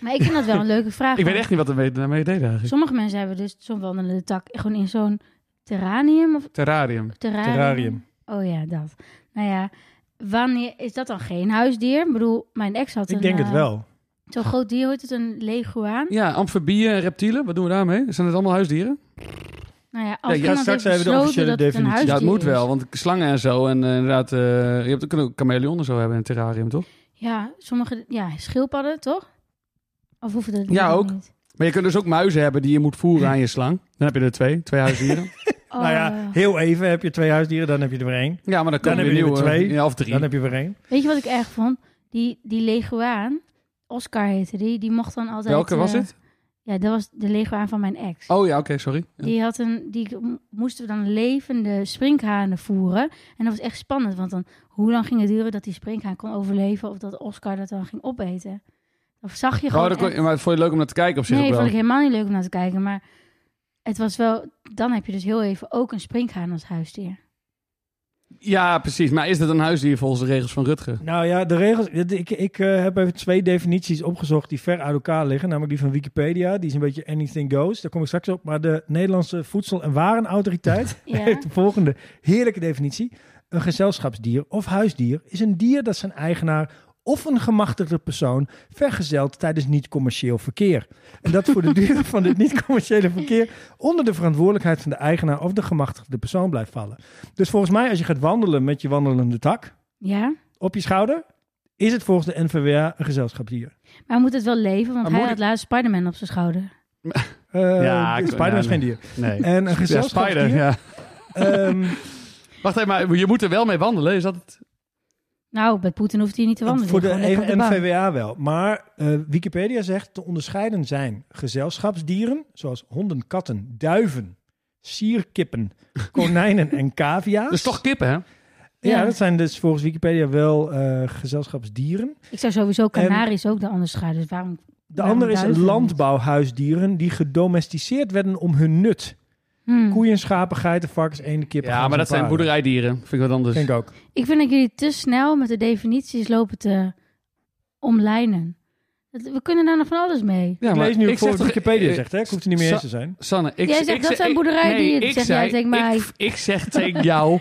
B: Maar ik vind dat wel een leuke vraag.
D: ik weet
B: want
D: echt niet wat we daarmee deden eigenlijk.
B: Sommige mensen hebben dus zo'n wandelende tak gewoon in zo'n terranium of
D: Terrarium.
B: terrarium.
A: Terrarium.
B: Oh ja, dat. Nou ja, wanneer is dat dan geen huisdier? Ik bedoel, mijn ex had een...
A: Ik denk het
B: eh,
A: wel.
B: Zo'n groot dier, hoort het een leguaan?
D: Ja, amfibieën en reptielen. Wat doen we daarmee? Zijn het allemaal huisdieren?
B: Nou ja, als
D: Ja, ja,
B: iemand
A: straks
B: heeft
A: hebben we de
B: besloten
A: officiële
B: dat het een
A: definitie.
D: ja, het
B: huisdier
D: moet wel.
B: is.
D: Want slangen en zo. En eh, inderdaad, eh, je hebt ook een chameleon en zo hebben in een terrarium, toch?
B: Ja, sommige ja, schildpadden, toch? Of hoeven dat
D: Ja,
B: dat
D: ook.
B: niet?
D: Maar je kunt dus ook muizen hebben die je moet voeren aan je slang. Dan heb je er twee. Twee huisdieren.
B: Oh,
A: Nou ja, heel even heb je twee huisdieren, dan heb je er weer één.
D: ja, maar dan komen
A: heb
D: weer
A: je er
D: nieuwe. eh,
A: twee.
D: Ja, of drie.
A: Dan heb je weer één.
B: Weet je wat ik erg vond? Die, die leguaan, Oscar heette die, die mocht dan altijd...
D: Welke was
B: eh,
D: het?
B: Ja, dat was de leguaan van mijn ex.
D: Oh ja, oké, sorry.
B: Die, had een, die m- moesten we dan levende sprinkhanen voeren. En dat was echt spannend, want dan, hoe lang ging het duren dat die sprinkhaan kon overleven... of dat Oscar dat dan ging opeten? Of zag je
D: Oh,
B: gewoon
D: dat kon-
B: echt-
D: maar vond je het leuk om naar te kijken op zich
B: Nee,
D: ook wel?
B: vond ik helemaal niet leuk om naar te kijken. Maar het was wel... Dan heb je dus heel even ook een sprinkhaan als huisdier.
D: Ja, precies. Maar is dat een huisdier volgens de regels van Rutger?
A: Nou ja, de regels. Ik, ik eh, heb even twee definities opgezocht die ver uit elkaar liggen. Namelijk die van Wikipedia. Die is een beetje anything goes. Daar kom ik straks op. Maar de Nederlandse Voedsel- en Warenautoriteit
B: Ja.
A: heeft de volgende heerlijke definitie. Een gezelschapsdier of huisdier is een dier dat zijn eigenaar of een gemachtigde persoon vergezeld tijdens niet-commercieel verkeer. En dat voor de duur van dit niet-commerciële verkeer onder de verantwoordelijkheid van de eigenaar of de gemachtigde persoon blijft vallen. Dus volgens mij als je gaat wandelen met je wandelende tak,
B: Ja?
A: op je schouder, is het volgens de NVWA een gezelschapsdier.
B: Maar hij moet het wel leven, want
D: Maar
B: hij
D: moet
B: had laatst Spider-Man op zijn schouder.
A: Eh
D: Ja, ik-
A: Spider
D: ja,
A: is geen dier.
D: Nee.
A: En een
D: Ja, spider,
A: gezelschapsdier...
D: ja.
A: ehm,
D: Wacht even, maar je moet er wel mee wandelen. Is dat het?
B: Nou, bij Poetin hoeft hij niet te wandelen.
A: voor de
B: die gewoon lekker op bank.
A: NVWA wel. Maar eh, Wikipedia zegt te onderscheiden zijn gezelschapsdieren, zoals honden, katten, duiven, sierkippen, konijnen en cavia's.
D: Dus toch kippen, hè?
A: Ja,
B: Ja.
A: dat zijn dus volgens Wikipedia wel eh, gezelschapsdieren.
B: Ik zou sowieso Canaries ook de onderscheiden. Dus waarom...
A: De
B: Waarom
A: andere is
B: duiven niet?
A: landbouwhuisdieren die gedomesticeerd werden om hun nut.
B: Hmm.
A: Koeien, schapen, geiten, varkens, eenden, kippen.
D: Ja,
A: ganzen
D: maar
A: en
D: dat zijn
A: paarden.
D: boerderijdieren. Vind ik wat anders.
A: Denk ook.
B: Ik vind dat jullie te snel met de definities lopen te omlijnen. Het- We kunnen daar nog van alles mee.
D: Ja,
A: ik lees nu ook voor
D: zeg
A: wat
D: toch-
A: Wikipedia
D: eh,
A: zegt, hè? Ik hoef er niet meer
D: Sa-
A: eens te zijn.
D: Sanne, ik
B: Jij
D: ik
B: zegt, dat
D: zeg-
B: zijn
D: ik-
B: boerderijen
D: nee,
B: die het-
D: ik
B: zeg
D: zei-
B: jij tegen mij.
D: Ik, ik zeg tegen jou,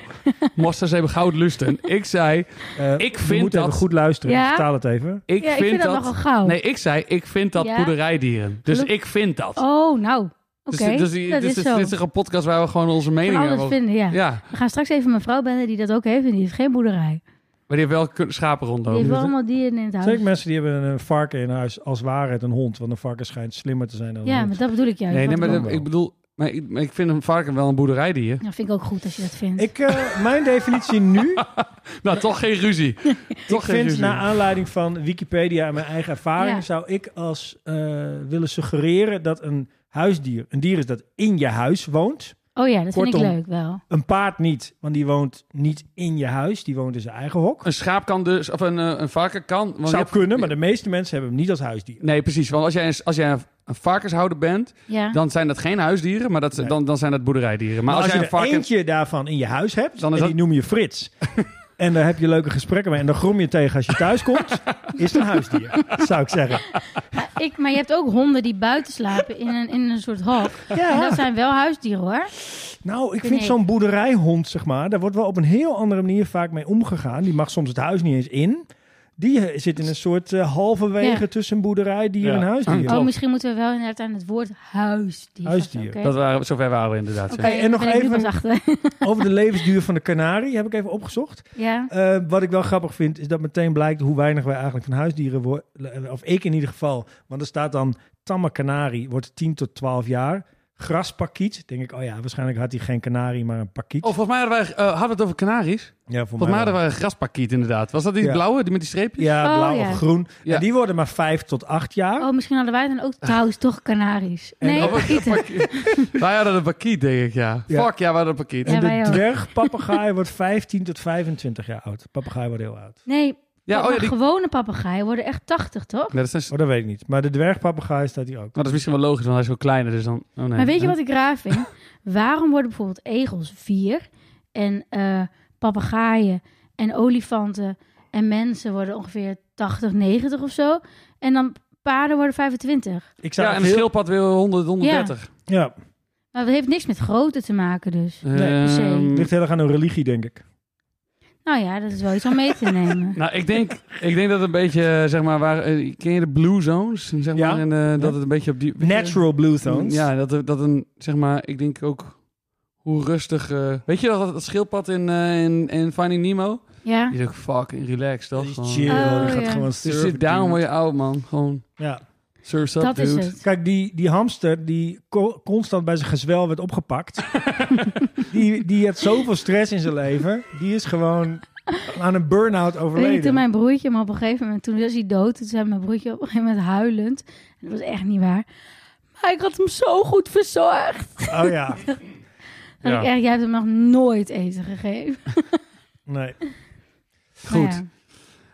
D: Mosters hebben goud lusten. Ik zei,
A: Eh,
D: Ik
A: we
D: vind
A: moeten
D: dat-
A: even goed luisteren.
B: Ja?
A: Vertaal het even.
D: ik
B: ja,
D: vind,
B: ik vind dat,
D: dat...
B: nogal gauw.
D: nee, ik zei, ik vind dat
B: Ja?
D: boerderijddieren. Dus
B: Geluk-
D: ik vind dat.
B: Oh, nou. Oké,
D: dus dus, die-
B: dat
D: dus
B: is
D: dit-
B: zo.
D: dit is een podcast waar we gewoon onze mening
B: Van alles
D: hebben.
B: vinden, ja.
D: Ja,
B: We gaan straks even mijn vrouw bellen die dat ook heeft en die heeft geen boerderij.
D: maar die heeft wel kun- schapen
B: Die heeft
D: rondlopen.
B: wel allemaal dieren in het huis.
A: Zeker mensen die hebben een varken in huis als waarheid een hond. Want een varken schijnt slimmer te zijn dan een
B: Ja,
A: hond.
B: maar dat bedoel ik juist.
D: Nee, nee,
B: want dan-
D: maar
A: dat-
D: dat- ik bedoel... Maar ik, maar ik vind een varken wel een boerderijdier.
B: Dat vind ik ook goed als je dat vindt.
A: Ik, eh, mijn definitie nu,
D: Nou, toch geen ruzie.
A: ik
D: toch geen
A: vind
D: ruzie.
A: naar aanleiding van Wikipedia en mijn eigen ervaring,
B: Ja.
A: zou ik als eh, willen suggereren dat een huisdier, een dier is dat in je huis woont.
B: Oh ja, dat vind ik
A: Kortom.
B: leuk wel.
A: Een paard niet, want die woont niet in je huis, die woont in zijn eigen hok.
D: Een schaap kan dus, of een, eh, een varken kan. Want je
A: Zou
D: hebt-
A: kunnen, maar de meeste mensen hebben hem niet als huisdier.
D: Nee, precies. Want als jij, een- als jij een, een varkenshouder bent,
B: Ja.
D: dan zijn dat geen huisdieren, maar dat,
A: Nee.
D: dan, dan zijn dat boerderijdieren. Maar,
A: Maar als,
D: jij
A: je
D: een
A: er
D: varken.
A: eentje daarvan in je huis hebt,
D: Dan is
A: en
D: dat-
A: die noem je Frits. en daar heb je leuke gesprekken mee en dan grom je tegen als je thuis komt, is het een huisdier, zou ik zeggen.
B: Maar, ik, maar je hebt ook honden die buiten slapen in een, in een soort hok. En dat zijn wel huisdieren hoor.
A: Nou, ik
B: Vind
A: vind
B: ik.
A: zo'n boerderijhond, zeg maar, daar wordt wel op een heel andere manier vaak mee omgegaan. Die mag soms het huis niet eens in. Die eh, zit in een soort eh, halverwege
B: Ja.
A: tussen een boerderijdier
D: Ja.
A: en huisdier.
D: Klopt.
B: Oh, misschien moeten we wel inderdaad aan het woord huisdier.
A: Huisdier.
B: Oké.
D: Dat waren, zover waren we inderdaad. ja.
B: Oké,
A: Hey, en
B: daar
A: nog
B: ben ik nu
A: even-
B: pas achter.
A: Over de levensduur van de kanarie heb ik even opgezocht.
B: ja.
A: Eh, wat ik wel grappig vind, is dat meteen blijkt hoe weinig wij eigenlijk van huisdieren worden. Of ik in ieder geval. Want er staat dan, tamme kanarie wordt 10 tot 12 jaar. Graspakiet, denk ik, oh ja, waarschijnlijk had hij geen kanarie, maar een pakiet.
D: Oh, volgens mij hadden, wij, eh, hadden we het over kanaries.
A: ja, voor
D: Volgens mij
A: wel.
D: hadden we een graspakiet inderdaad. Was dat die
A: Ja.
D: blauwe, die met die streepjes?
A: Ja,
B: Oh,
A: blauw
B: ja.
A: of groen.
D: Ja.
A: En die worden maar 5 tot 8 jaar.
B: Oh, misschien hadden wij dan ook trouwens toch kanaries.
A: En-
B: Nee,
D: Oh, wat-
B: pakieten.
D: wij hadden een pakiet, denk ik, ja.
A: Ja.
D: Fuck, ja, we hadden een pakiet.
B: Ja.
D: Ja,
A: En
B: wij
A: de
B: ook.
A: dwergpapegaai wordt 15 tot 25 jaar oud. Papegaai wordt heel oud.
B: Nee, maar
D: oh ja, die...
B: gewone papegaaien worden echt 80, toch?
D: Ja, dat, zijn...
A: Oh, dat weet ik niet. Maar de dwergpapegaai staat hier ook.
D: Nou, dat is misschien wel logisch, want hij is wel kleiner. Dus dan... Oh, nee.
B: Maar weet je wat ik raar vind? Waarom worden bijvoorbeeld egels vier en eh papegaaien en olifanten en mensen worden ongeveer 80, 90 of zo? En dan paarden worden 25.
A: Ik zou
D: Ja, en
A: het
D: een
A: heel-
D: schildpad wil 100, 130.
A: Ja,
B: Maar dat heeft niks met grootte te maken dus.
A: Nee,
B: per se.
D: Ehm,
A: ligt heel erg aan hun religie, denk ik.
B: Nou ja, dat is wel iets om mee te nemen.
D: Nou, ik denk, ik denk dat het een beetje, eh, zeg maar, waar, eh, ken je de blue zones? Zeg
A: Ja.
D: maar, en, eh, dat het een beetje op die...
A: Natural blue zones.
D: Ja, dat, er- dat een, zeg maar, ik denk ook hoe rustig... eh, weet je dat, dat schildpad in, eh, in, in Finding Nemo?
B: Ja,
D: Die is ook fucking relaxed,
A: Dat
D: toch?
A: is
D: Gewoon.
A: chill.
B: Oh,
A: die gaat
B: ja.
A: gewoon
D: Dus
A: surfen.
D: sit down
A: dude.
D: word je oud, man. Gewoon
A: Ja.
D: surf's up,
B: dat is
D: dude.
B: het.
A: Kijk, die, die hamster die co- constant bij zijn gezwel werd opgepakt. die, die had zoveel stress in zijn leven. Die is gewoon aan een burn-out
B: Ik weet niet, toen
A: overleden.
B: mijn broertje me op een gegeven moment, toen was hij dood, toen zei mijn broertje op een gegeven moment huilend. En dat was echt niet waar. Maar ik had hem zo goed verzorgd.
A: Oh ja,
B: Dat
D: Ja.
B: ik echt, jij hebt hem nog nooit eten gegeven.
A: nee.
D: Goed.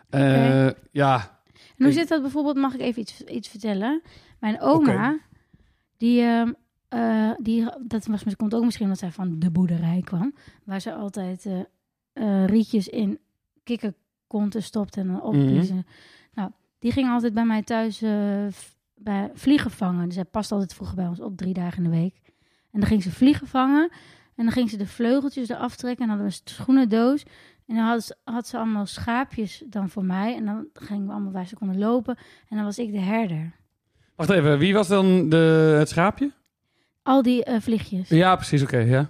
B: Maar ja.
D: Eh,
B: Oké.
D: Ja,
B: En hoe
D: Ik-
B: zit dat bijvoorbeeld? Mag ik even iets, iets vertellen? Mijn oma, die, ehm, eh, die, dat was, komt ook misschien omdat zij van de boerderij kwam, waar ze altijd eh, eh, rietjes in kikkerkonten stopte en dan opbliezen.
D: Mhm.
B: Nou, die ging altijd bij mij thuis eh, v- bij vliegen vangen. Dus zij past altijd vroeger bij ons op, drie dagen in de week. En dan ging ze vliegen vangen. En dan ging ze de vleugeltjes eraf trekken. En dan hadden we een schoenendoos. En dan had ze, had ze allemaal schaapjes dan voor mij. En dan gingen we allemaal waar ze konden lopen. En dan was ik de herder.
D: wacht even. Wie was dan de, het schaapje?
B: Al die eh, vliegjes.
D: Ja, precies, oké, ja.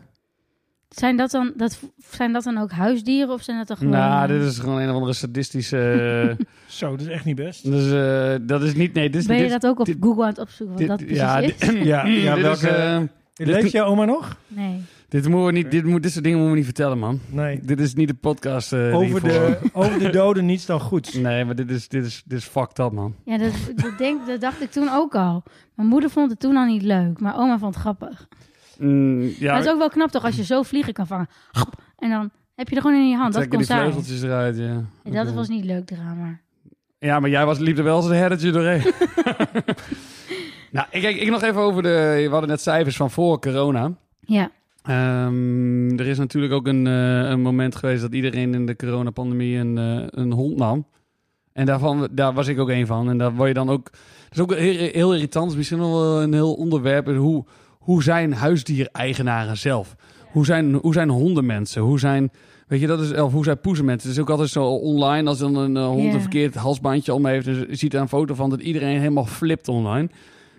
B: Zijn, dat dan, dat, zijn dat dan ook huisdieren of zijn dat dan gewoon...
D: Nou,
B: eh,
D: dit is gewoon een of andere sadistische... eh,
A: Zo, dat is echt niet best.
D: dus eh, dat is niet... Nee, dit is...
B: ben je
D: dit-
B: dat ook op
D: dit-
B: Google aan het opzoeken wat
D: dit-
B: dat precies
D: ja,
B: is?
D: dit-
A: Ja, ja
D: dit is,
A: welke...
D: eh,
A: leeft je oma nog?
B: Nee.
D: Dit, moeten we niet, dit, moet, dit soort dingen moeten we niet vertellen, man.
A: Nee.
D: Dit is niet de podcast. eh,
A: Over
D: hiervoor.
A: de, over de doden niets dan goed.
D: Nee, maar dit is, dit, is, dit is fucked up, man.
B: Ja, dat, dat, denk, dat dacht ik toen ook al. Mijn moeder vond het toen al niet leuk. Maar oma vond het grappig.
D: Mm, ja,
B: Maar het is ook wel knap toch als je zo vliegen kan vangen. Hap, En dan heb je er gewoon in je hand. Dat
D: trekken
B: kon
D: die
B: zij.
D: vleugeltjes eruit, ja.
B: En Dat was niet leuk drama.
D: Ja, maar jij was, liep er wel als een herdertje doorheen. nou, ik, kijk, ik nog even over de... We hadden net cijfers van voor corona.
B: Ja,
D: Ehm, er is natuurlijk ook een, eh, een moment geweest dat iedereen in de coronapandemie een, eh, een hond nam. En daarvan, daar was ik ook een van. En daar word je dan ook... Dat is ook heel, heel irritant. Misschien nog wel een heel onderwerp. Hoe, hoe zijn huisdiereigenaren zelf? Hoe zijn, hoe zijn hondenmensen? Hoe zijn... Weet je, dat is, of hoe zijn poezenmensen? Het is ook altijd zo online, als dan een eh, hond
B: Ja.
D: een verkeerd halsbandje om heeft... en je ziet daar een foto van dat iedereen helemaal flipt online.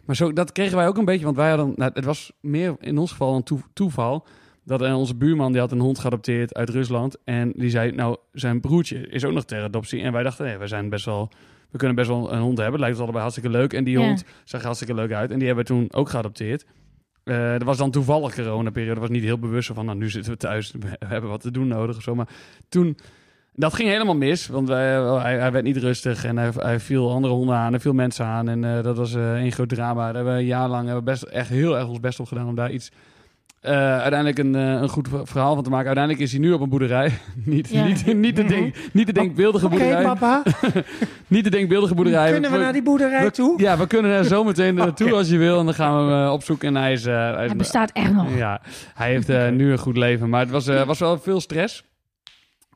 D: Maar zo, dat kregen wij ook een beetje, want wij hadden... Nou, het was meer in ons geval een toe- toeval... dat eh, onze buurman, die had een hond geadopteerd uit Rusland... en die zei, nou, zijn broertje is ook nog ter adoptie. En wij dachten, nee, we zijn best wel... We kunnen best wel een hond hebben. Het lijkt ons allebei hartstikke leuk. En die
B: Ja.
D: hond zag er hartstikke leuk uit. En die hebben we toen ook geadopteerd. Eh er was dan toevallig coronaperiode. Er was niet heel bewust van, nou, nu zitten we thuis. We hebben wat te doen nodig of zo. Maar toen... Dat ging helemaal mis, want wij, eh, hij, hij werd niet rustig en hij, hij viel andere honden aan, hij viel mensen aan en eh, dat was eh één groot drama. Daar hebben we een jaar lang hebben we best, echt heel erg ons best op gedaan om daar iets, eh, uiteindelijk een, eh, een goed verhaal van te maken. Uiteindelijk is hij nu op een boerderij, niet,
B: Ja.
D: niet, niet, de denk, niet de denkbeeldige
A: Oké,
D: boerderij,
A: papa.
D: niet de denkbeeldige boerderij.
A: Kunnen we naar die boerderij
D: we-
A: toe?
D: Ja, we kunnen er zo meteen naartoe
A: Oké.
D: als je wil en dan gaan we hem eh, opzoeken en hij is... eh, hij is-
B: Hij bestaat echt nog.
D: ja, hij heeft eh, nu een goed leven. Maar het was, eh, was wel veel stress.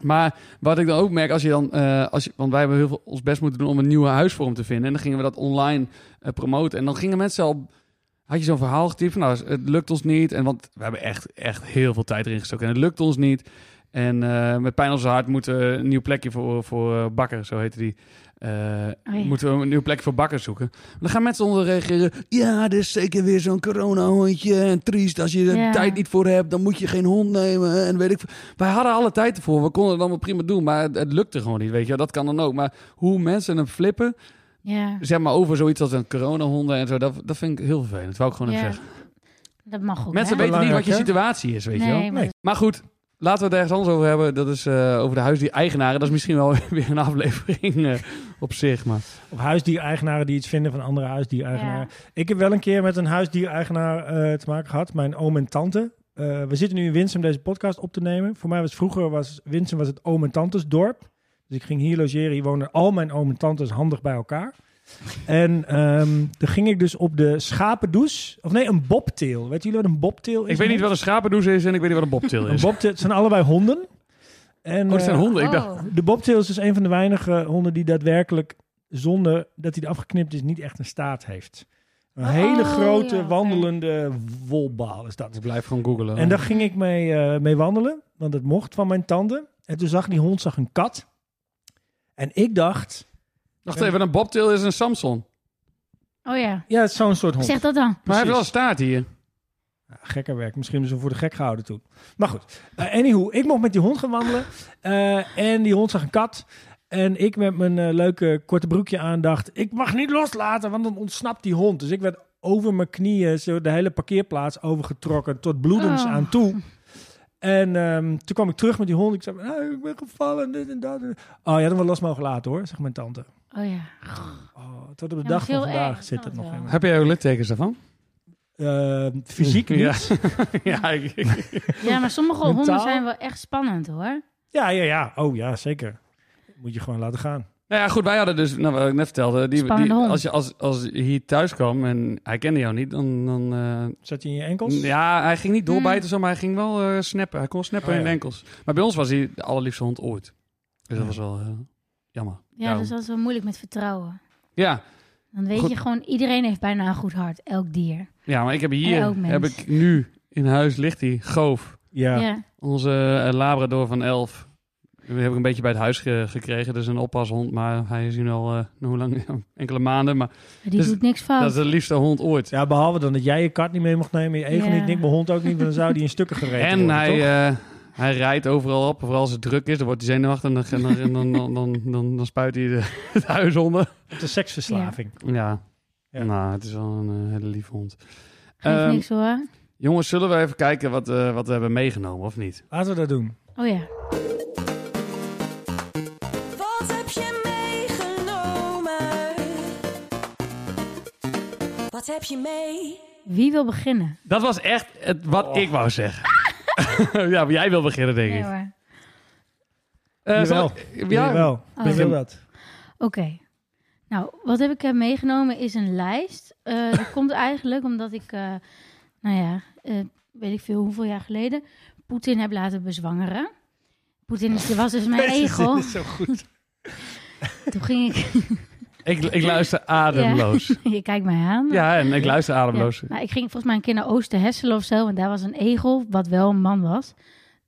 D: Maar wat ik dan ook merk, als je dan, eh, als je, want wij hebben heel veel ons best moeten doen om een nieuwe huisvorm te vinden. En dan gingen we dat online eh, promoten. En dan gingen mensen al, had je zo'n verhaal getypt van, nou, het lukt ons niet. En want we hebben echt, echt heel veel tijd erin gestoken. En het lukt ons niet. En eh, met pijn als hart moeten we een nieuw plekje voor, voor eh, bakker, zo heette die. eh,
B: Oh ja.
D: Moeten we een nieuw plekje voor bakker zoeken. Maar dan gaan mensen onder reageren. Ja, dit is zeker weer zo'n corona-hondje. En triest, als je er
B: Ja.
D: tijd niet voor hebt, dan moet je geen hond nemen. En weet ik veel. Wij hadden alle tijd ervoor. We konden het allemaal prima doen. Maar het, het lukte gewoon niet, weet je. Dat kan dan ook. Maar hoe mensen hem flippen,
B: Ja.
D: zeg maar over zoiets als een coronahonden en zo. Dat, dat vind ik heel vervelend. Dat wou ik gewoon even
B: Ja.
D: zeggen.
B: Dat mag ook.
D: Mensen
B: hè?
D: weten niet wat
A: Belangrijk,
D: je
A: hè?
D: situatie is, weet je wel.
B: Nee, maar
A: Nee.
D: Maar goed, laten we het ergens anders over hebben. Dat is eh, over de huisdier-eigenaren. Dat is misschien wel weer een aflevering eh, op zich. Maar
A: Of huisdiereigenaren die iets vinden van andere huisdiereigenaren. Ik heb wel een keer met een huisdiereigenaar eh te maken gehad. Mijn oom en tante. Eh, we zitten nu in Winsum deze podcast op te nemen. Voor mij was vroeger was, Winsum was het oom en tantes dorp. Dus ik ging hier logeren. Hier woonden al mijn oom en tantes handig bij elkaar. En ehm dan ging ik dus op de schapendouche. Of nee, een bobtail. Weet jullie wat een bobtail is?
D: ik weet niet
A: mensen?
D: wat een schapendoeze is en ik weet niet wat een bobtil
A: Een
D: is.
A: bobtail, het zijn allebei honden. En,
D: Oh, dat zijn
A: eh,
D: honden. Ik dacht,
B: Oh.
A: de bobtail is dus een van de weinige honden die daadwerkelijk, zonder dat hij er afgeknipt is, niet echt een staat heeft. Een
B: Oh,
A: hele grote
B: ja, oké.
A: wandelende wolbaal is dat.
D: ik blijf gewoon googelen.
A: En daar ging ik mee, eh, mee wandelen, want het mocht van mijn tante. En toen zag die hond zag een kat. En ik dacht,
D: Wacht even, een bobtail is een Samson.
B: Oh ja.
A: ja, het is zo'n soort hond.
B: Zeg dat dan.
D: Maar hij heeft
A: Precies.
D: wel een staart hier.
A: Ja, gekker werk. Misschien hebben ze hem voor de gek gehouden toen. Maar goed. Eh anywho, ik mocht met die hond gaan wandelen. Eh, en die hond zag een kat. En ik met mijn eh, leuke korte broekje aan dacht... ik mag niet loslaten, want dan ontsnapt die hond. Dus ik werd over mijn knieën zo de hele parkeerplaats overgetrokken... tot bloedens
B: Oh.
A: aan toe. En ehm, toen kwam ik terug met die hond. Ik zei, "Ah, ik ben gevallen, dit en dat. Oh, je had hem wel los mogen laten, hoor, zegt mijn tante.
B: Oh ja.
A: Oh, tot op de
B: maar
A: dag van
B: heel
A: vandaag
B: erg,
A: zit
B: dat
A: het nog
B: wel.
A: in me.
D: Heb jij ook littekens daarvan?
A: Eh, fysiek niet.
D: Ja. ja, ik- ik-
B: Ja, maar sommige
A: Mentaal?
B: honden zijn wel echt spannend hoor.
A: Ja, ja, ja. Oh ja, zeker. Moet je gewoon laten gaan.
D: Nou ja, goed, wij hadden dus, nou, wat ik net vertelde, die,
B: Spannende
D: die,
B: hond.
D: als, je, als, als je hier thuis kwam en hij kende jou niet, dan... dan eh,
A: Zat je in je enkels?
D: ja, hij ging niet
B: Hmm.
D: doorbijten, zo, maar hij ging wel eh, snappen. Hij kon snappen
A: Oh,
D: in
A: ja.
D: de enkels. Maar bij ons was hij de allerliefste hond ooit. Dus dat was wel eh, jammer.
B: Ja,
D: Daarom.
B: dus dat is wel moeilijk met vertrouwen.
D: Ja.
B: Dan weet
D: Nou. Goed.
B: je gewoon, iedereen heeft bijna een goed hart. Elk dier.
D: ja, maar ik heb
B: En
D: hier,
B: ook mens.
D: heb ik nu in huis ligt hij, Goof.
A: Ja.
B: Ja.
D: Onze eh, Labrador van 11. Die heb ik een beetje bij het huis ge- gekregen. Dat is een oppashond, maar hij is nu al, eh, hoe lang? Enkele maanden. Maar
B: Maar Die
D: Dus
B: doet niks fout.
D: dat is de liefste hond ooit.
A: Ja, behalve dan dat jij je kat niet mee mocht nemen, je egel
B: Ja.
A: niet, Nick, mijn hond ook niet, want dan zou die in stukken gereden
D: En
A: worden,
D: hij,
A: toch?
D: eh, hij rijdt overal op, vooral als het druk is. Dan wordt hij zenuwachtig en dan, en dan, dan, dan, dan, dan spuit hij de, het huis onder.
A: Het is seksverslaving.
D: Ja.
A: Ja.
D: nou, het is wel een eh, hele lieve hond.
B: Geeft
D: Ehm,
B: niks hoor.
D: jongens, zullen we even kijken wat, eh, wat we hebben meegenomen, of niet?
A: Laten we dat doen.
B: Oh ja.
C: Wat heb je meegenomen? Wat heb je mee?
B: Wie wil beginnen?
D: Dat was echt het, wat ik wou zeggen. ja, maar jij wil beginnen, denk
B: Nee
D: ik.
B: hoor.
D: Eh, zal
A: Jawel.
D: ik-
A: Ja.
D: Ja,
A: wel.
B: Oh.
A: Wil dat?
B: Oké. Nou, wat heb ik heb meegenomen is een lijst. Eh, dat komt eigenlijk omdat ik, eh, nou ja, eh, weet ik veel hoeveel jaar geleden, Poetin heb laten bezwangeren. Poetin is- was dus mijn
A: Jezus,
B: egel.
A: dit is zo goed.
B: Toen ging ik...
D: Ik, ik luister ademloos. Ja.
B: je kijkt mij aan.
D: en ik luister
B: Ja.
D: ademloos.
B: Nou, ik ging volgens mij een keer naar Oosterhesselen of zo. En daar was een egel, wat wel een man was.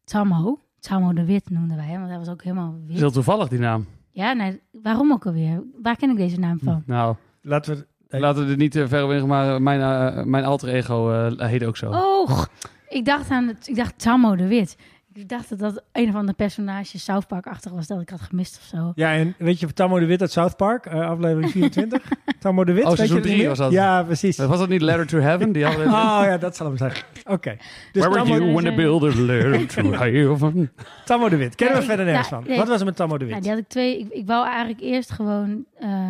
B: Tammo. Tammo de Wit noemden wij hem, want hij was ook helemaal
D: Dat
B: wit.
D: is heel toevallig, die naam.
B: Ja, nee, waarom ook alweer? Waar ken ik deze naam van?
D: Nou,
A: Laten we... Hey.
D: laten we er niet te ver op ingaan, maar mijn, eh, mijn alter ego eh, heet ook zo.
B: Oh, g- ik dacht aan het, ik dacht Tammo de Wit. Ik dacht dat dat een of ander personage South Park-achtig was dat ik had gemist of zo.
A: Ja, en weet je Tammo de Wit uit South Park, eh, aflevering 24? Tammo de Wit,
D: Oh,
A: weet je
D: seizoen
A: dat
D: drie
A: niet
D: was
A: meer?
D: dat.
A: Ja, precies.
D: Eh, Was dat niet Letter to Heaven? Die hadden
B: Ah.
A: Oh ja, dat zal hem zeggen. Oké. Dus
D: Where were
A: Tammo,
D: you when the builders letter to Heaven?
A: Tammo de Wit, kennen we
B: Ja,
A: verder
B: ik-
A: nergens
B: nou,
A: van.
B: nee.
A: Wat was er met Tammo de
B: Ja,
A: Wit?
B: die had ik twee. Ik, ik wou eigenlijk eerst gewoon eh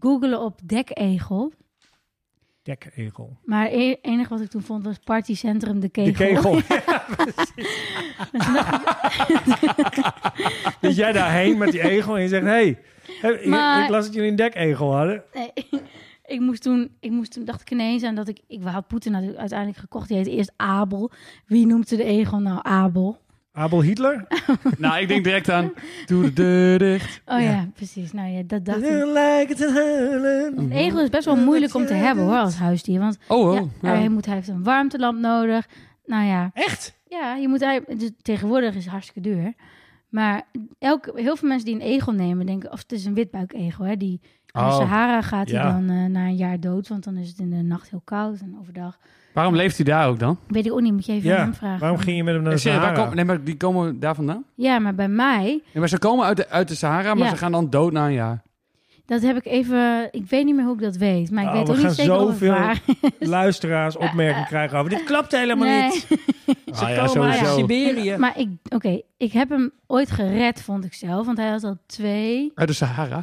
B: googelen op dekegel.
A: Dekegel.
B: Maar e- het enige wat ik toen vond was partycentrum de
A: De
B: kegel.
A: kegel. Dat Dus jij daarheen met die egel en je zegt... Hey, eh, ik-
B: Maar-
A: ik las dat jullie een dekegel hadden.
B: Nee, ik moest toen, ik moest toen, dacht ik ineens aan dat ik, ik had Poetin natuurlijk uiteindelijk gekocht. Die heette eerst Abel. Wie noemde de egel nou Abel?
A: Abel Hitler?
D: nou, ik denk direct aan... Doe de deur dicht.
B: Oh ja, precies. Nou ja, dat dacht ik.
A: Like it in Holland.
B: Een egel is best wel moeilijk om te hebben hoor, als huisdier. Want
D: Oh,
B: ja,
D: oh. ja.
B: hij, moet, hij heeft een warmtelamp nodig. Nou ja,
A: Echt?
B: ja je moet, hij, dus tegenwoordig is het hartstikke duur. Maar elke, heel veel mensen die een egel nemen, denken, of het is een witbuikegel, hè, die in de
D: Oh,
B: Sahara gaat hij
A: ja.
B: dan eh, na een jaar dood, want dan is het in de nacht heel koud en overdag.
D: Waarom leeft hij daar ook dan?
B: Weet ik ook niet, moet je even aan
A: Ja,
B: hem vragen.
A: waarom ging je met hem naar de
D: Ik zeg, waar
A: Sahara?
D: komen- nee, maar die komen daar vandaan?
B: Ja, maar bij mij,
D: Nee, maar ze komen uit de, uit de Sahara, maar
B: Ja.
D: ze gaan dan dood na een jaar.
B: dat heb ik even... Ik weet niet meer hoe ik dat weet. Maar ik
A: Oh,
B: weet
A: we
B: ook niet
A: gaan
B: zeker of het
A: zoveel
B: waar is.
A: Luisteraars opmerkingen krijgen over... Dit klapt helemaal
B: Nee.
A: niet. Ze
D: Ah ja,
A: komen uit
D: sowieso.
A: Siberië.
B: Maar ik, oké, ik heb hem ooit gered, vond ik zelf. Want hij had al twee...
D: Uit de Sahara?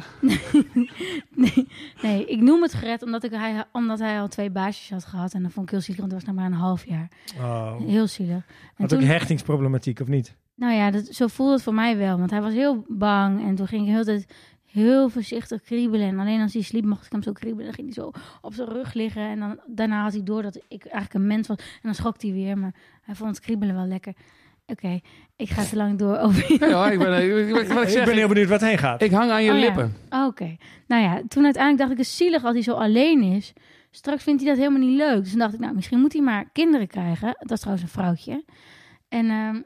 B: Nee, nee ik noem het gered omdat, ik, hij, omdat hij al twee baasjes had gehad. En dan vond ik heel zielig, want dat was nog maar een half jaar.
A: Oh,
B: Heel zielig. En
A: had ook hechtingsproblematiek, of niet?
B: Nou ja, dat, zo voelde het voor mij wel. Want hij was heel bang. En toen ging ik heel de tijd heel voorzichtig kriebelen. En alleen als hij sliep mocht ik hem zo kriebelen. Dan ging hij zo op zijn rug liggen. En dan, daarna had hij door dat ik eigenlijk een mens was. En dan schrok hij weer. Maar hij vond het kriebelen wel lekker. Oké, ik ga te lang door over...
D: Nee hoor, ik ben, ik, ik- wat ik,
A: Ik
D: zeg,
A: ben
D: ik,
A: heel benieuwd wat heen gaat.
D: ik hang aan je
B: Oh ja.
D: lippen.
B: Oké. Nou ja, toen uiteindelijk dacht ik, het is zielig als hij zo alleen is. Straks vindt hij dat helemaal niet leuk. Dus toen dacht ik, nou, misschien moet hij maar kinderen krijgen. Dat is trouwens een vrouwtje. En ehm,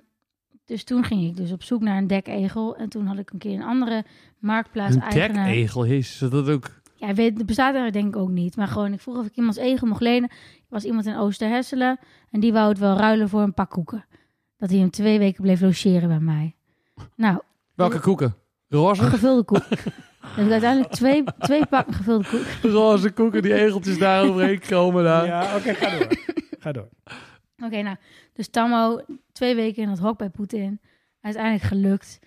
B: dus toen ging ik dus op zoek naar een dekegel. En toen had ik een keer een andere marktplaats
D: Een dekegel, jezus, dat- dat ook.
B: Ja, ik weet, het bestaat er denk ik ook niet. Maar gewoon, ik vroeg of ik iemands egel mocht lenen. Er was iemand in Oosterhesselen. En die wou het wel ruilen voor een pak koeken. Dat hij hem twee weken bleef logeren bij mij. Nou,
D: Welke koeken? Roze?
B: gevulde koek. Dus ik heb uiteindelijk twee, twee pakken gevulde koek.
D: Roze koeken, die egeltjes daar overheen komen daar.
A: Ja, oké, ga door. Ga door.
B: Oké, nou, dus Tammo twee weken in dat hok bij Poetin. Uiteindelijk gelukt.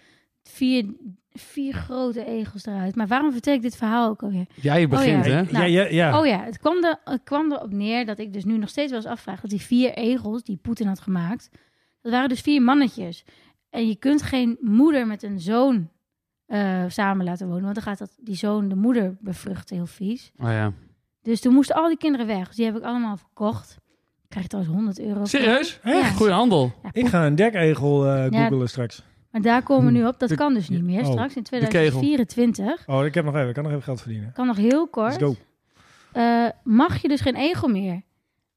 B: Vier, vier grote egels eruit. Maar waarom vertel ik dit verhaal ook alweer?
D: Jij begint,
B: ja.
D: hè?
B: Nou,
A: ja, ja, ja.
B: Oh ja, het kwam, er, het kwam erop neer dat ik dus nu nog steeds wel eens afvraag... dat die vier egels die Poetin had gemaakt... dat waren dus vier mannetjes. En je kunt geen moeder met een zoon eh, samen laten wonen... want dan gaat dat, die zoon de moeder bevruchten, heel vies.
D: Oh ja.
B: Dus toen moesten al die kinderen weg. Dus die heb ik allemaal verkocht. Ik krijg trouwens 100 euro. voor.
D: Serieus?
B: Ja.
D: Goeie handel.
B: Ja,
A: Ik ga een dekegel eh
B: Ja.
A: googelen straks.
B: Maar daar komen we nu op. Dat
D: De-
B: kan dus niet meer
A: oh,
B: straks in
D: kegel.
B: 2024.
A: Oh, ik heb nog even. Ik kan nog even geld verdienen.
B: Kan nog heel kort.
A: Let's go.
B: Eh, mag je dus geen egel meer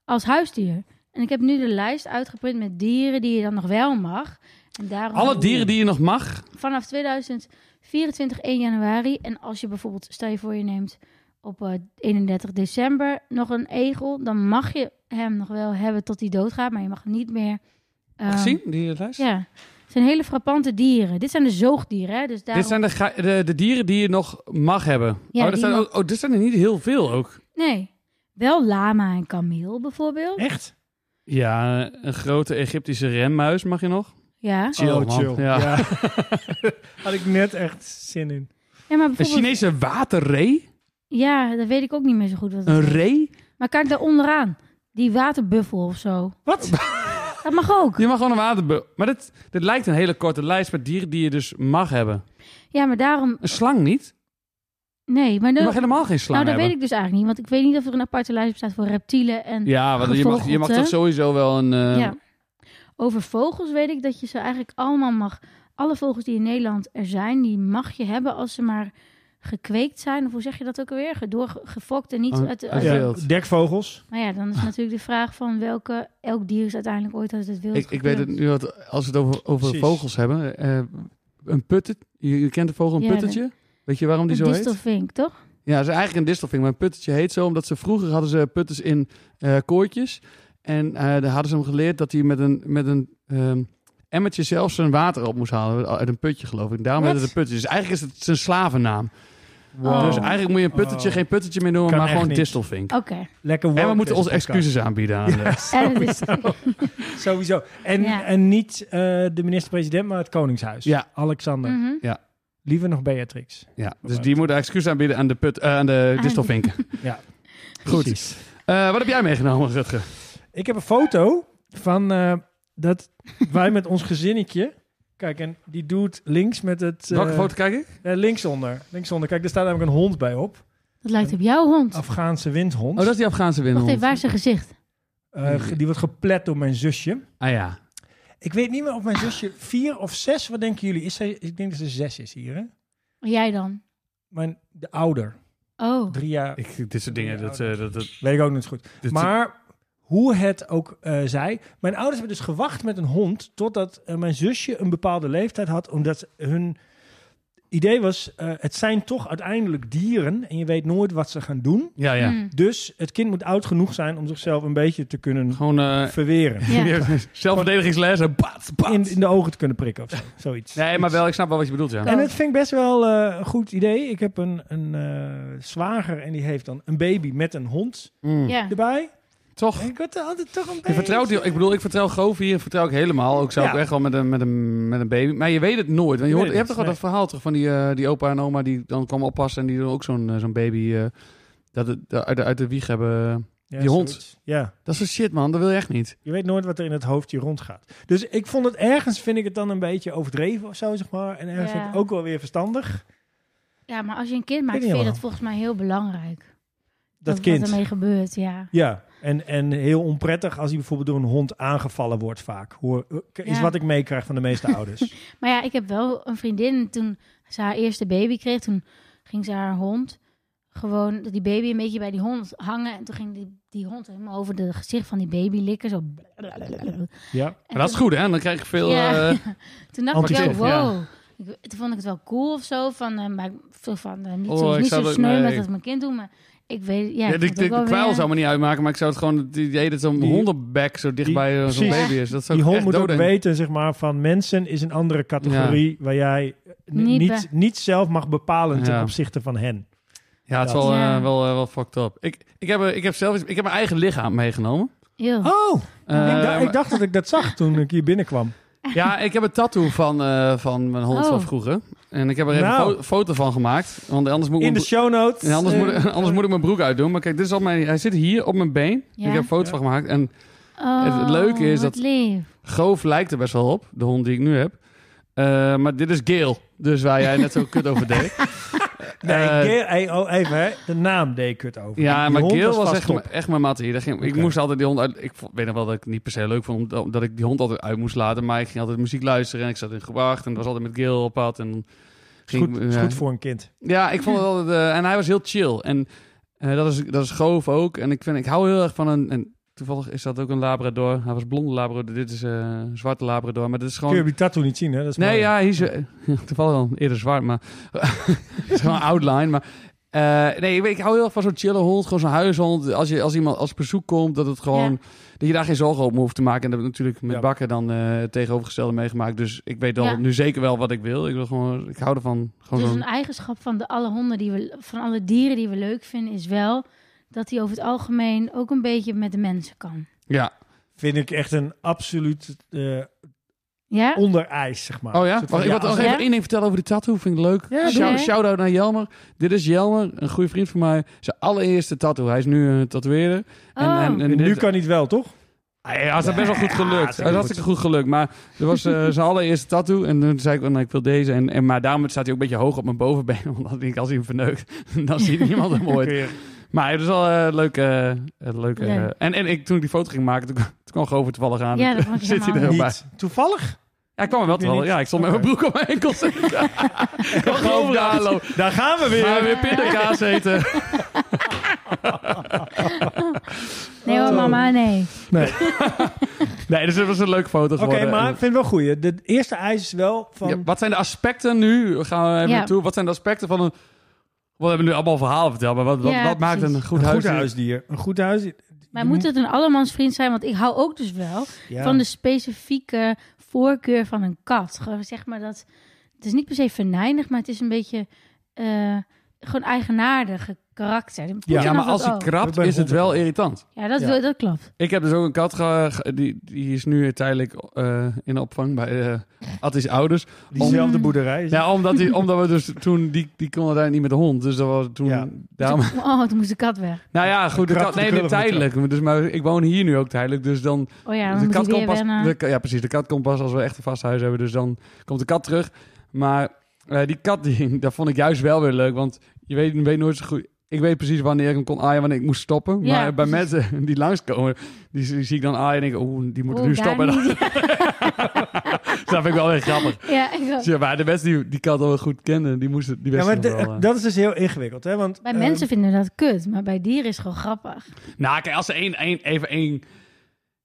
B: als huisdier? En ik heb nu de lijst uitgeprint met dieren die je dan nog wel mag. En daarom
D: Alle dieren die je nog mag.
B: vanaf 2024 1 januari. En als je bijvoorbeeld, stel je voor je neemt op eh, 31 december nog een egel, dan mag je hem nog wel hebben tot hij doodgaat, maar je mag hem niet meer. ehm,
D: Gezien, die lijst?
B: Ja, het zijn hele frappante dieren. Dit zijn de zoogdieren, hè? Dus daarom...
D: Dit zijn de, ga- de, de dieren die je nog mag hebben.
B: Ja,
D: oh, er
B: die
D: zijn,
B: mag-
D: ook- oh, er zijn er niet heel veel ook.
B: Nee. Wel lama en kameel bijvoorbeeld.
A: Echt?
D: Ja, een grote Egyptische renmuis mag je nog.
B: Ja.
D: Chill,
A: oh,
D: man.
A: chill.
D: Ja.
A: Ja. Had ik net echt zin in.
B: ja, maar
D: Een
B: bijvoorbeeld...
D: Chinese waterree?
B: Ja, dat weet ik ook niet meer zo goed. Wat dat
D: Een
B: is.
D: ree?
B: Maar kijk daar onderaan. Die waterbuffel of zo.
A: Wat?
B: Dat mag ook.
D: Je mag gewoon een waterbe... Maar dit, dit lijkt een hele korte lijst met dieren die je dus mag hebben.
B: Ja, maar daarom...
D: Een slang niet?
B: Nee, maar... De...
D: Je mag helemaal geen
B: nou,
D: slang
B: dat weet
D: hebben.
B: ik dus eigenlijk niet. Want ik weet niet of er een aparte lijst bestaat voor reptielen en...
D: Ja, want je mag, je mag
B: Gevogelte.
D: toch sowieso wel een... eh,
B: Ja. Over vogels weet ik dat je ze eigenlijk allemaal mag alle vogels die in Nederland er zijn, die mag je hebben als ze maar gekweekt zijn. Of hoe zeg je dat ook alweer? Gedoor, gefokt en niet
D: Oh,
B: uit, de-
D: uit
B: uit-
D: wild.
A: Dekvogels.
B: Maar ja, dan is natuurlijk de vraag van welke... Elk dier is uiteindelijk ooit uit het wild
D: Ik, ik weet het
B: geplukt.
D: nu, wat, als we het over, over
A: Precies.
D: vogels hebben. eh, een puttet, je, je kent de vogel, een
B: Ja,
D: puttetje? Weet je waarom die
B: Een
D: zo heet?
B: distelvink, toch?
D: Ja, ze is eigenlijk een distelvink, maar een puttetje heet zo omdat ze vroeger hadden ze putters in eh, kooitjes. En eh daar hadden ze hem geleerd dat hij met een, met een ehm, emmertje zelf zijn water op moest halen. Uit een putje, geloof ik. Daarom
B: Wat? Oh.
D: werden de puttjes. Dus eigenlijk is het zijn slavennaam.
B: Wow.
D: Dus eigenlijk moet je een puttetje
A: Oh.
D: geen puttetje meer noemen,
A: Kan
D: maar
A: echt
D: gewoon
A: niet.
D: distelvink.
B: Oké.
A: Lekker
D: En we
A: woke
D: moeten
A: deze
D: onze
A: podcast.
D: excuses aanbieden aan eh, de-
B: En het is-
A: Sowieso. En,
B: Ja.
A: en niet eh, de minister-president, maar het Koningshuis.
D: Ja.
A: Alexander.
B: Mhm.
A: Liever nog Beatrix.
D: Ja, dus die moet excuus aanbieden aan de, put, eh, aan de distelvinken.
A: Ja.
D: Goed.
A: Precies.
D: Eh, wat heb jij meegenomen, Rutger?
A: Ik heb een foto van eh, dat wij met ons gezinnetje... Kijk, en die doet links met het... eh,
D: Welke foto kijk ik?
A: eh, linksonder. Linksonder. Kijk, daar staat namelijk een hond bij op.
B: Dat lijkt op jouw hond.
A: Afghaanse windhond.
D: Oh, dat is die Afghaanse
B: Wacht even,
D: winnaar.
B: waar is zijn gezicht?
A: Eh, ge- die wordt geplet door mijn zusje.
D: Ah ja.
A: Ik weet niet meer of mijn zusje vier of zes... Wat denken jullie? Is zij, ik denk dat ze zes is hier, hè?
B: Jij dan?
A: Mijn, de ouder.
B: Oh,
A: Drie jaar.
D: Ik, dit soort dingen, dat, eh, dat, dat,
A: Weet ik ook niet goed.
D: dit-
A: Maar hoe het ook eh zij. Mijn ouders hebben dus gewacht met een hond. Totdat eh, mijn zusje een bepaalde leeftijd had. Omdat hun idee was: eh, het zijn toch uiteindelijk dieren. En je weet nooit wat ze gaan doen.
D: Ja, ja.
B: mm.
A: Dus het kind moet oud genoeg zijn om zichzelf een beetje te kunnen
D: Gewoon eh
A: verweren.
B: Ja.
D: weer zelfverdedigingsles en bat, bat.
A: In, in de ogen te kunnen prikken of zo, zoiets.
D: Nee, maar wel, ik snap wel wat je bedoelt, ja.
A: En het vind ik best wel eh, een goed idee. Ik heb een, een eh, zwager en die heeft dan een baby met een hond
B: ja.
A: erbij.
D: Toch?
A: Ik word er altijd toch een beetje...
D: Je vertrouwt die, ik bedoel, ik vertrouw Goof hier, vertrouw ik helemaal. Ook zou ik
A: Ja.
D: echt wel met een, met, een, met een baby. Maar je weet het nooit. Want je,
A: Je
D: hoort,
A: weet
D: je hebt
A: het
D: toch
A: niet,
D: wel dat verhaal toch van die, eh, die opa en oma die dan kwam oppassen en die dan ook zo'n eh, zo'n baby eh, dat het, uit, de, uit de wieg hebben.
A: Ja,
D: die hond.
A: zoiets. Ja.
D: Dat is zo shit, man. Dat wil je echt niet.
A: Je weet nooit wat er in het hoofdje rondgaat. Dus ik vond het ergens, vind ik het dan een beetje overdreven of zo, zeg maar. En ergens
B: Ja.
A: vind ik het ook wel weer verstandig.
B: ja, maar als je een kind maakt,
A: niet
B: vind je dat
A: helemaal.
B: volgens mij heel belangrijk.
A: Dat
B: Wat- Wat
A: kind.
B: ermee gebeurt, ja.
A: Ja, en, en heel onprettig als hij bijvoorbeeld door een hond aangevallen wordt vaak. Hoor, eh, is
B: Ja.
A: wat ik meekrijg van de meeste ouders.
B: Maar ja, ik heb wel een vriendin. Toen ze haar eerste baby kreeg, toen ging ze haar hond gewoon die baby een beetje bij die hond hangen. En toen ging die, die hond helemaal over het gezicht van die baby likken. Zo. En
A: Ja,
D: Maar dat is goed, hè? Dan krijg je veel...
B: Ja.
D: eh,
B: Toen dacht ik wel,
D: Antistof, ja.
B: wow. Ik- toen vond ik het wel cool of zo. Van, eh, maar ik voel van, eh, niet,
D: Oh,
B: zo,
D: ik
B: niet
D: zou
B: zo
D: dat-
B: sneu
D: nee.
B: dat het mijn kind doet. Maar ik weet, ja,
D: ja,
B: ik
D: de,
B: vond het
D: de,
B: ook wel
D: kwijl
B: weer-
D: zou me niet uitmaken, maar ik zou het gewoon... Het idee dat zo'n
A: Die-
D: hondenbek zo dichtbij eh, zo'n
A: precies.
D: baby is. Dat zou
A: die
D: ik
A: hond
D: echt
A: moet ook
D: doden.
A: weten, zeg maar, van mensen is een andere categorie waar jij eh, n-
B: Niet
A: niet, niet zelf mag bepalen ten
D: Ja.
A: opzichte van hen.
D: Ja, het is
A: Dat.
D: wel, eh,
B: Ja.
D: wel, eh, wel fucked up. Ik, ik, heb, eh, ik, heb zelf, iets- ik heb mijn eigen lichaam meegenomen.
B: Eeuw.
A: Oh,
D: Eh,
A: ik, da-
D: maar-
A: ik dacht dat ik dat zag toen ik hier binnenkwam.
D: Ja, ik heb een tattoo van, eh, van mijn hond
B: Oh.
D: van vroeger. En ik heb er even
A: Nou.
D: een fo- foto van gemaakt. Want anders moet ik, mijn,
A: In de
D: broek-
A: show notes.
D: en anders,
A: eh,
D: moet, ik- anders moet ik mijn broek uitdoen. Maar kijk, dit is al mijn, hij zit hier op mijn been.
B: Ja.
D: Ik heb een foto
A: Ja.
D: van gemaakt. En
B: Oh,
D: het leuke is
B: wat
D: dat-
B: lief.
D: Goof lijkt er best wel op, de hond die ik nu heb. Eh, maar dit is Geel. Dus waar jij net zo kut over deed.
A: Nee,
D: Eh,
A: Geel- hey, oh, even hè. De naam deed ik het over.
D: Ja,
A: Die
D: maar
A: hond
D: Geel was
A: vast
D: echt,
A: top.
D: mijn- echt mijn mat hier. Daar ging, Ik
A: Oké.
D: moest altijd die hond uit... Ik vond- weet nog wel dat ik het niet per se leuk vond, omdat- omdat ik die hond altijd uit moest laten. Maar ik ging altijd muziek luisteren en ik zat in gewacht. En het was altijd met Geel op pad. En dan
A: Is
D: ging
A: goed,
D: ik-
A: is
D: ja.
A: goed voor een kind.
D: Ja, ik vond het altijd... eh, en hij was heel chill. En eh, dat, is, dat is Goof ook. En ik, vind, ik hou heel erg van een... En toevallig is dat ook een labrador. Hij was blonde labrador. Dit is eh, een zwarte labrador. Maar dit is
A: Kun je
D: gewoon...
A: die tattoo niet zien, hè? Dat is
D: Nee,
A: mooi.
D: ja, hij is eh, toevallig al eerder zwart, maar het is gewoon een outline. Maar eh, nee, ik, weet- ik hou heel erg van zo'n chille hond, gewoon zo'n huishond. Als je als iemand als bezoek komt, dat het gewoon dat je daar geen zorgen op hoeft te maken. En dat heb ik natuurlijk met
A: Ja.
D: bakken dan eh, het tegenovergestelde meegemaakt. Dus ik weet dan
B: Ja.
D: nu zeker wel wat ik wil. Ik wil gewoon, ik hou ervan. Gewoon
B: Dus
D: zo'n-
B: een eigenschap van de alle honden die we, van alle dieren die we leuk vinden, is wel dat hij over het algemeen ook een beetje met de mensen kan.
D: ja.
A: Vind ik echt een absoluut eh
B: Ja?
A: onderijs, zeg maar.
D: Oh ja.
A: Een soort van,
D: Wacht, ik wil nog
B: als-
A: als-
D: even
B: Ja?
D: één ding vertellen over die tattoo. Vind ik leuk.
A: Ja, doe
D: Shout-
B: maar.
D: Shout-out naar Jelmer. Dit is Jelmer, een goede vriend van mij. Zijn allereerste tattoo. Hij is nu een tatoeëerder.
B: Oh.
A: en
D: dit-
A: nu kan niet wel, toch?
D: Hij had dat best wel goed
A: Ja,
D: gelukt.
A: zeker
D: Hij had hartstikke goed gelukt. Maar er was eh, zijn allereerste tattoo. En toen zei ik, van, nou, ik wil deze. En, en, maar daarom staat hij ook een beetje hoog op mijn bovenbeen. Want dan denk ik, als hij hem verneukt, dan ziet niemand hem ooit.
A: Kun je-
D: Maar het is wel eh, leuk. eh, eh, leuk eh,
B: Leuk.
D: en en ik, toen ik die foto ging maken, toen, toen kwam Gover toevallig aan.
B: Ja, dat vond ik
D: zit hij er
B: helemaal
D: ook bij.
A: Niet. Toevallig?
D: Ja, ik kwam er wel te wel.
A: niet?
D: Ja, ik stond met mijn broek op mijn enkels. Ik kwam gewoon aanlopen.
A: Daar gaan we weer.
D: Maar weer pindakaas eten.
B: Nee
D: Oh.
B: hoor, mama, nee.
A: Nee.
D: Nee, dus dat was een leuke foto
A: Oké,
D: geworden.
A: maar
D: En-
A: ik vind het wel goed. De eerste eis is wel van...
D: Ja, wat zijn de aspecten nu? Gaan we even
B: Ja.
D: naartoe. Wat zijn de aspecten van een... We hebben nu allemaal verhalen verteld, maar wat, wat,
B: Ja,
D: wat maakt
B: precies.
D: een goed
A: een goed
D: huisdier?
A: huisdier. Een goed huisdier.
B: Maar moet het een allemansvriend zijn? Want ik hou ook dus wel
A: Ja.
B: van de specifieke voorkeur van een kat. Gewoon zeg maar dat... Het is niet per se venijnig, maar het is een beetje... eh, gewoon eigenaardige karakter. Een poes
A: Ja,
B: en
D: Ja,
B: dan
D: maar
B: dat
D: als hij
B: ook.
A: Ik
D: krabt,
A: ben
D: is het wel
A: honderd.
D: irritant.
B: Ja, dat,
A: Ja.
B: wil- dat klopt.
D: Ik heb dus ook een kat, ge- ge- die, die is nu tijdelijk eh, in de opvang bij eh Attis ouders.
A: Diezelfde boerderij. is-
D: Ja, omdat, die, omdat we dus toen, die, die kon uiteindelijk niet met de hond. Dus dat was toen,
A: Ja.
D: daarom,
B: Oh, toen moest de kat weg.
D: nou ja, goed, de
A: Krap
D: kat,
A: de
D: nee,
A: krullen van de
D: tijdelijk. Dus, maar ik woon hier nu ook tijdelijk, dus dan
B: Oh ja, dan
D: de
B: moet hij
D: kat
B: weer
D: komt pas,
B: wennen.
D: de, ja, precies. De kat komt pas als we echt een vast huis hebben. Dus dan komt de kat terug. Maar eh, die kat, die, dat vond ik juist wel weer leuk. Want je weet, je weet nooit zo goed... Ik weet precies wanneer ik hem kon aaien, wanneer ik moest stoppen.
B: Ja,
D: maar bij
B: precies.
D: mensen die langskomen, die, zie- zie ik dan aaien en denk ik... Oeh, die moeten
B: Oeh,
D: nu
B: Oh, daar
D: stoppen.
B: niet.
D: dat vind ik wel weer grappig.
B: Ja, ik ook.
D: Dus ja, maar de mensen die die kat al wel goed kenden, die moesten... Die
A: Ja,
D: wisten
A: maar
D: ja,
A: de- dat is dus heel ingewikkeld. Hè? Want,
B: Bij
A: eh,
B: mensen vinden dat kut, maar bij dieren is het gewoon grappig.
D: Nou, kijk, als ze één, één, even één...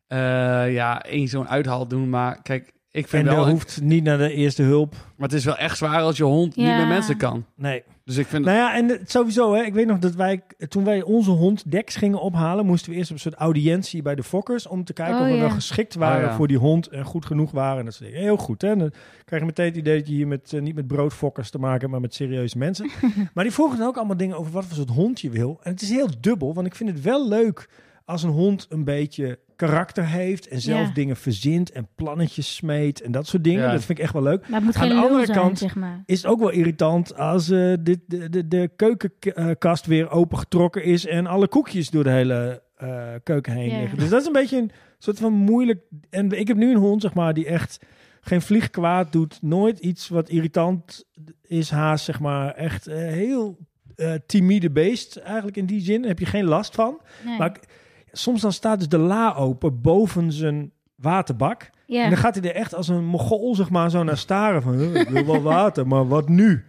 D: eh, ja, één zo'n uithaal doen. Maar kijk, ik
A: En
D: vind
A: dat
D: wel...
A: hoeft niet naar de eerste hulp.
D: Maar het is wel echt zwaar als je hond niet
B: Ja.
D: met mensen kan.
A: Nee.
D: Dus ik vind...
A: Nou ja, en het- sowieso, hè, ik weet nog dat wij, toen wij onze hond Dex gingen ophalen, moesten we eerst op een soort audiëntie bij de fokkers om te kijken
B: Oh,
A: of we
B: ja.
A: wel geschikt waren
D: Oh, ja.
A: voor die hond en goed genoeg waren. En dat soort dingen. Heel goed, hè? Dan krijg je meteen het idee dat je hier met, eh, niet met broodfokkers te maken hebt, maar met serieuze mensen. maar die vroegen dan ook allemaal dingen over wat voor soort hond je wil. En het is heel dubbel, want ik vind het wel leuk als een hond een beetje karakter heeft en zelf
B: Ja.
A: dingen verzint en plannetjes smeet en dat soort dingen.
D: Ja.
A: Dat vind ik echt wel leuk
B: Maar het moet
A: Aan
B: geen
A: de
B: lul
A: andere
B: zijn,
A: kant-
B: zeg maar.
A: is het ook wel irritant als eh, dit, de, de, de keukenkast weer opengetrokken is en alle koekjes door de hele eh, keuken heen
B: Ja.
A: liggen. Dus dat is een beetje een soort van moeilijk. En ik heb nu een hond, zeg maar, die echt geen vlieg kwaad doet. Nooit iets wat irritant is, haast, zeg maar. Echt eh, heel eh, timide beest eigenlijk in die zin. Daar heb je geen last van.
B: Nee.
A: Maar ik- soms dan staat dus de la open boven zijn waterbak.
B: ja.
A: En dan gaat hij er echt als een mogol, zeg maar, zo naar staren van... "Huh, ik wil wel water, maar wat nu?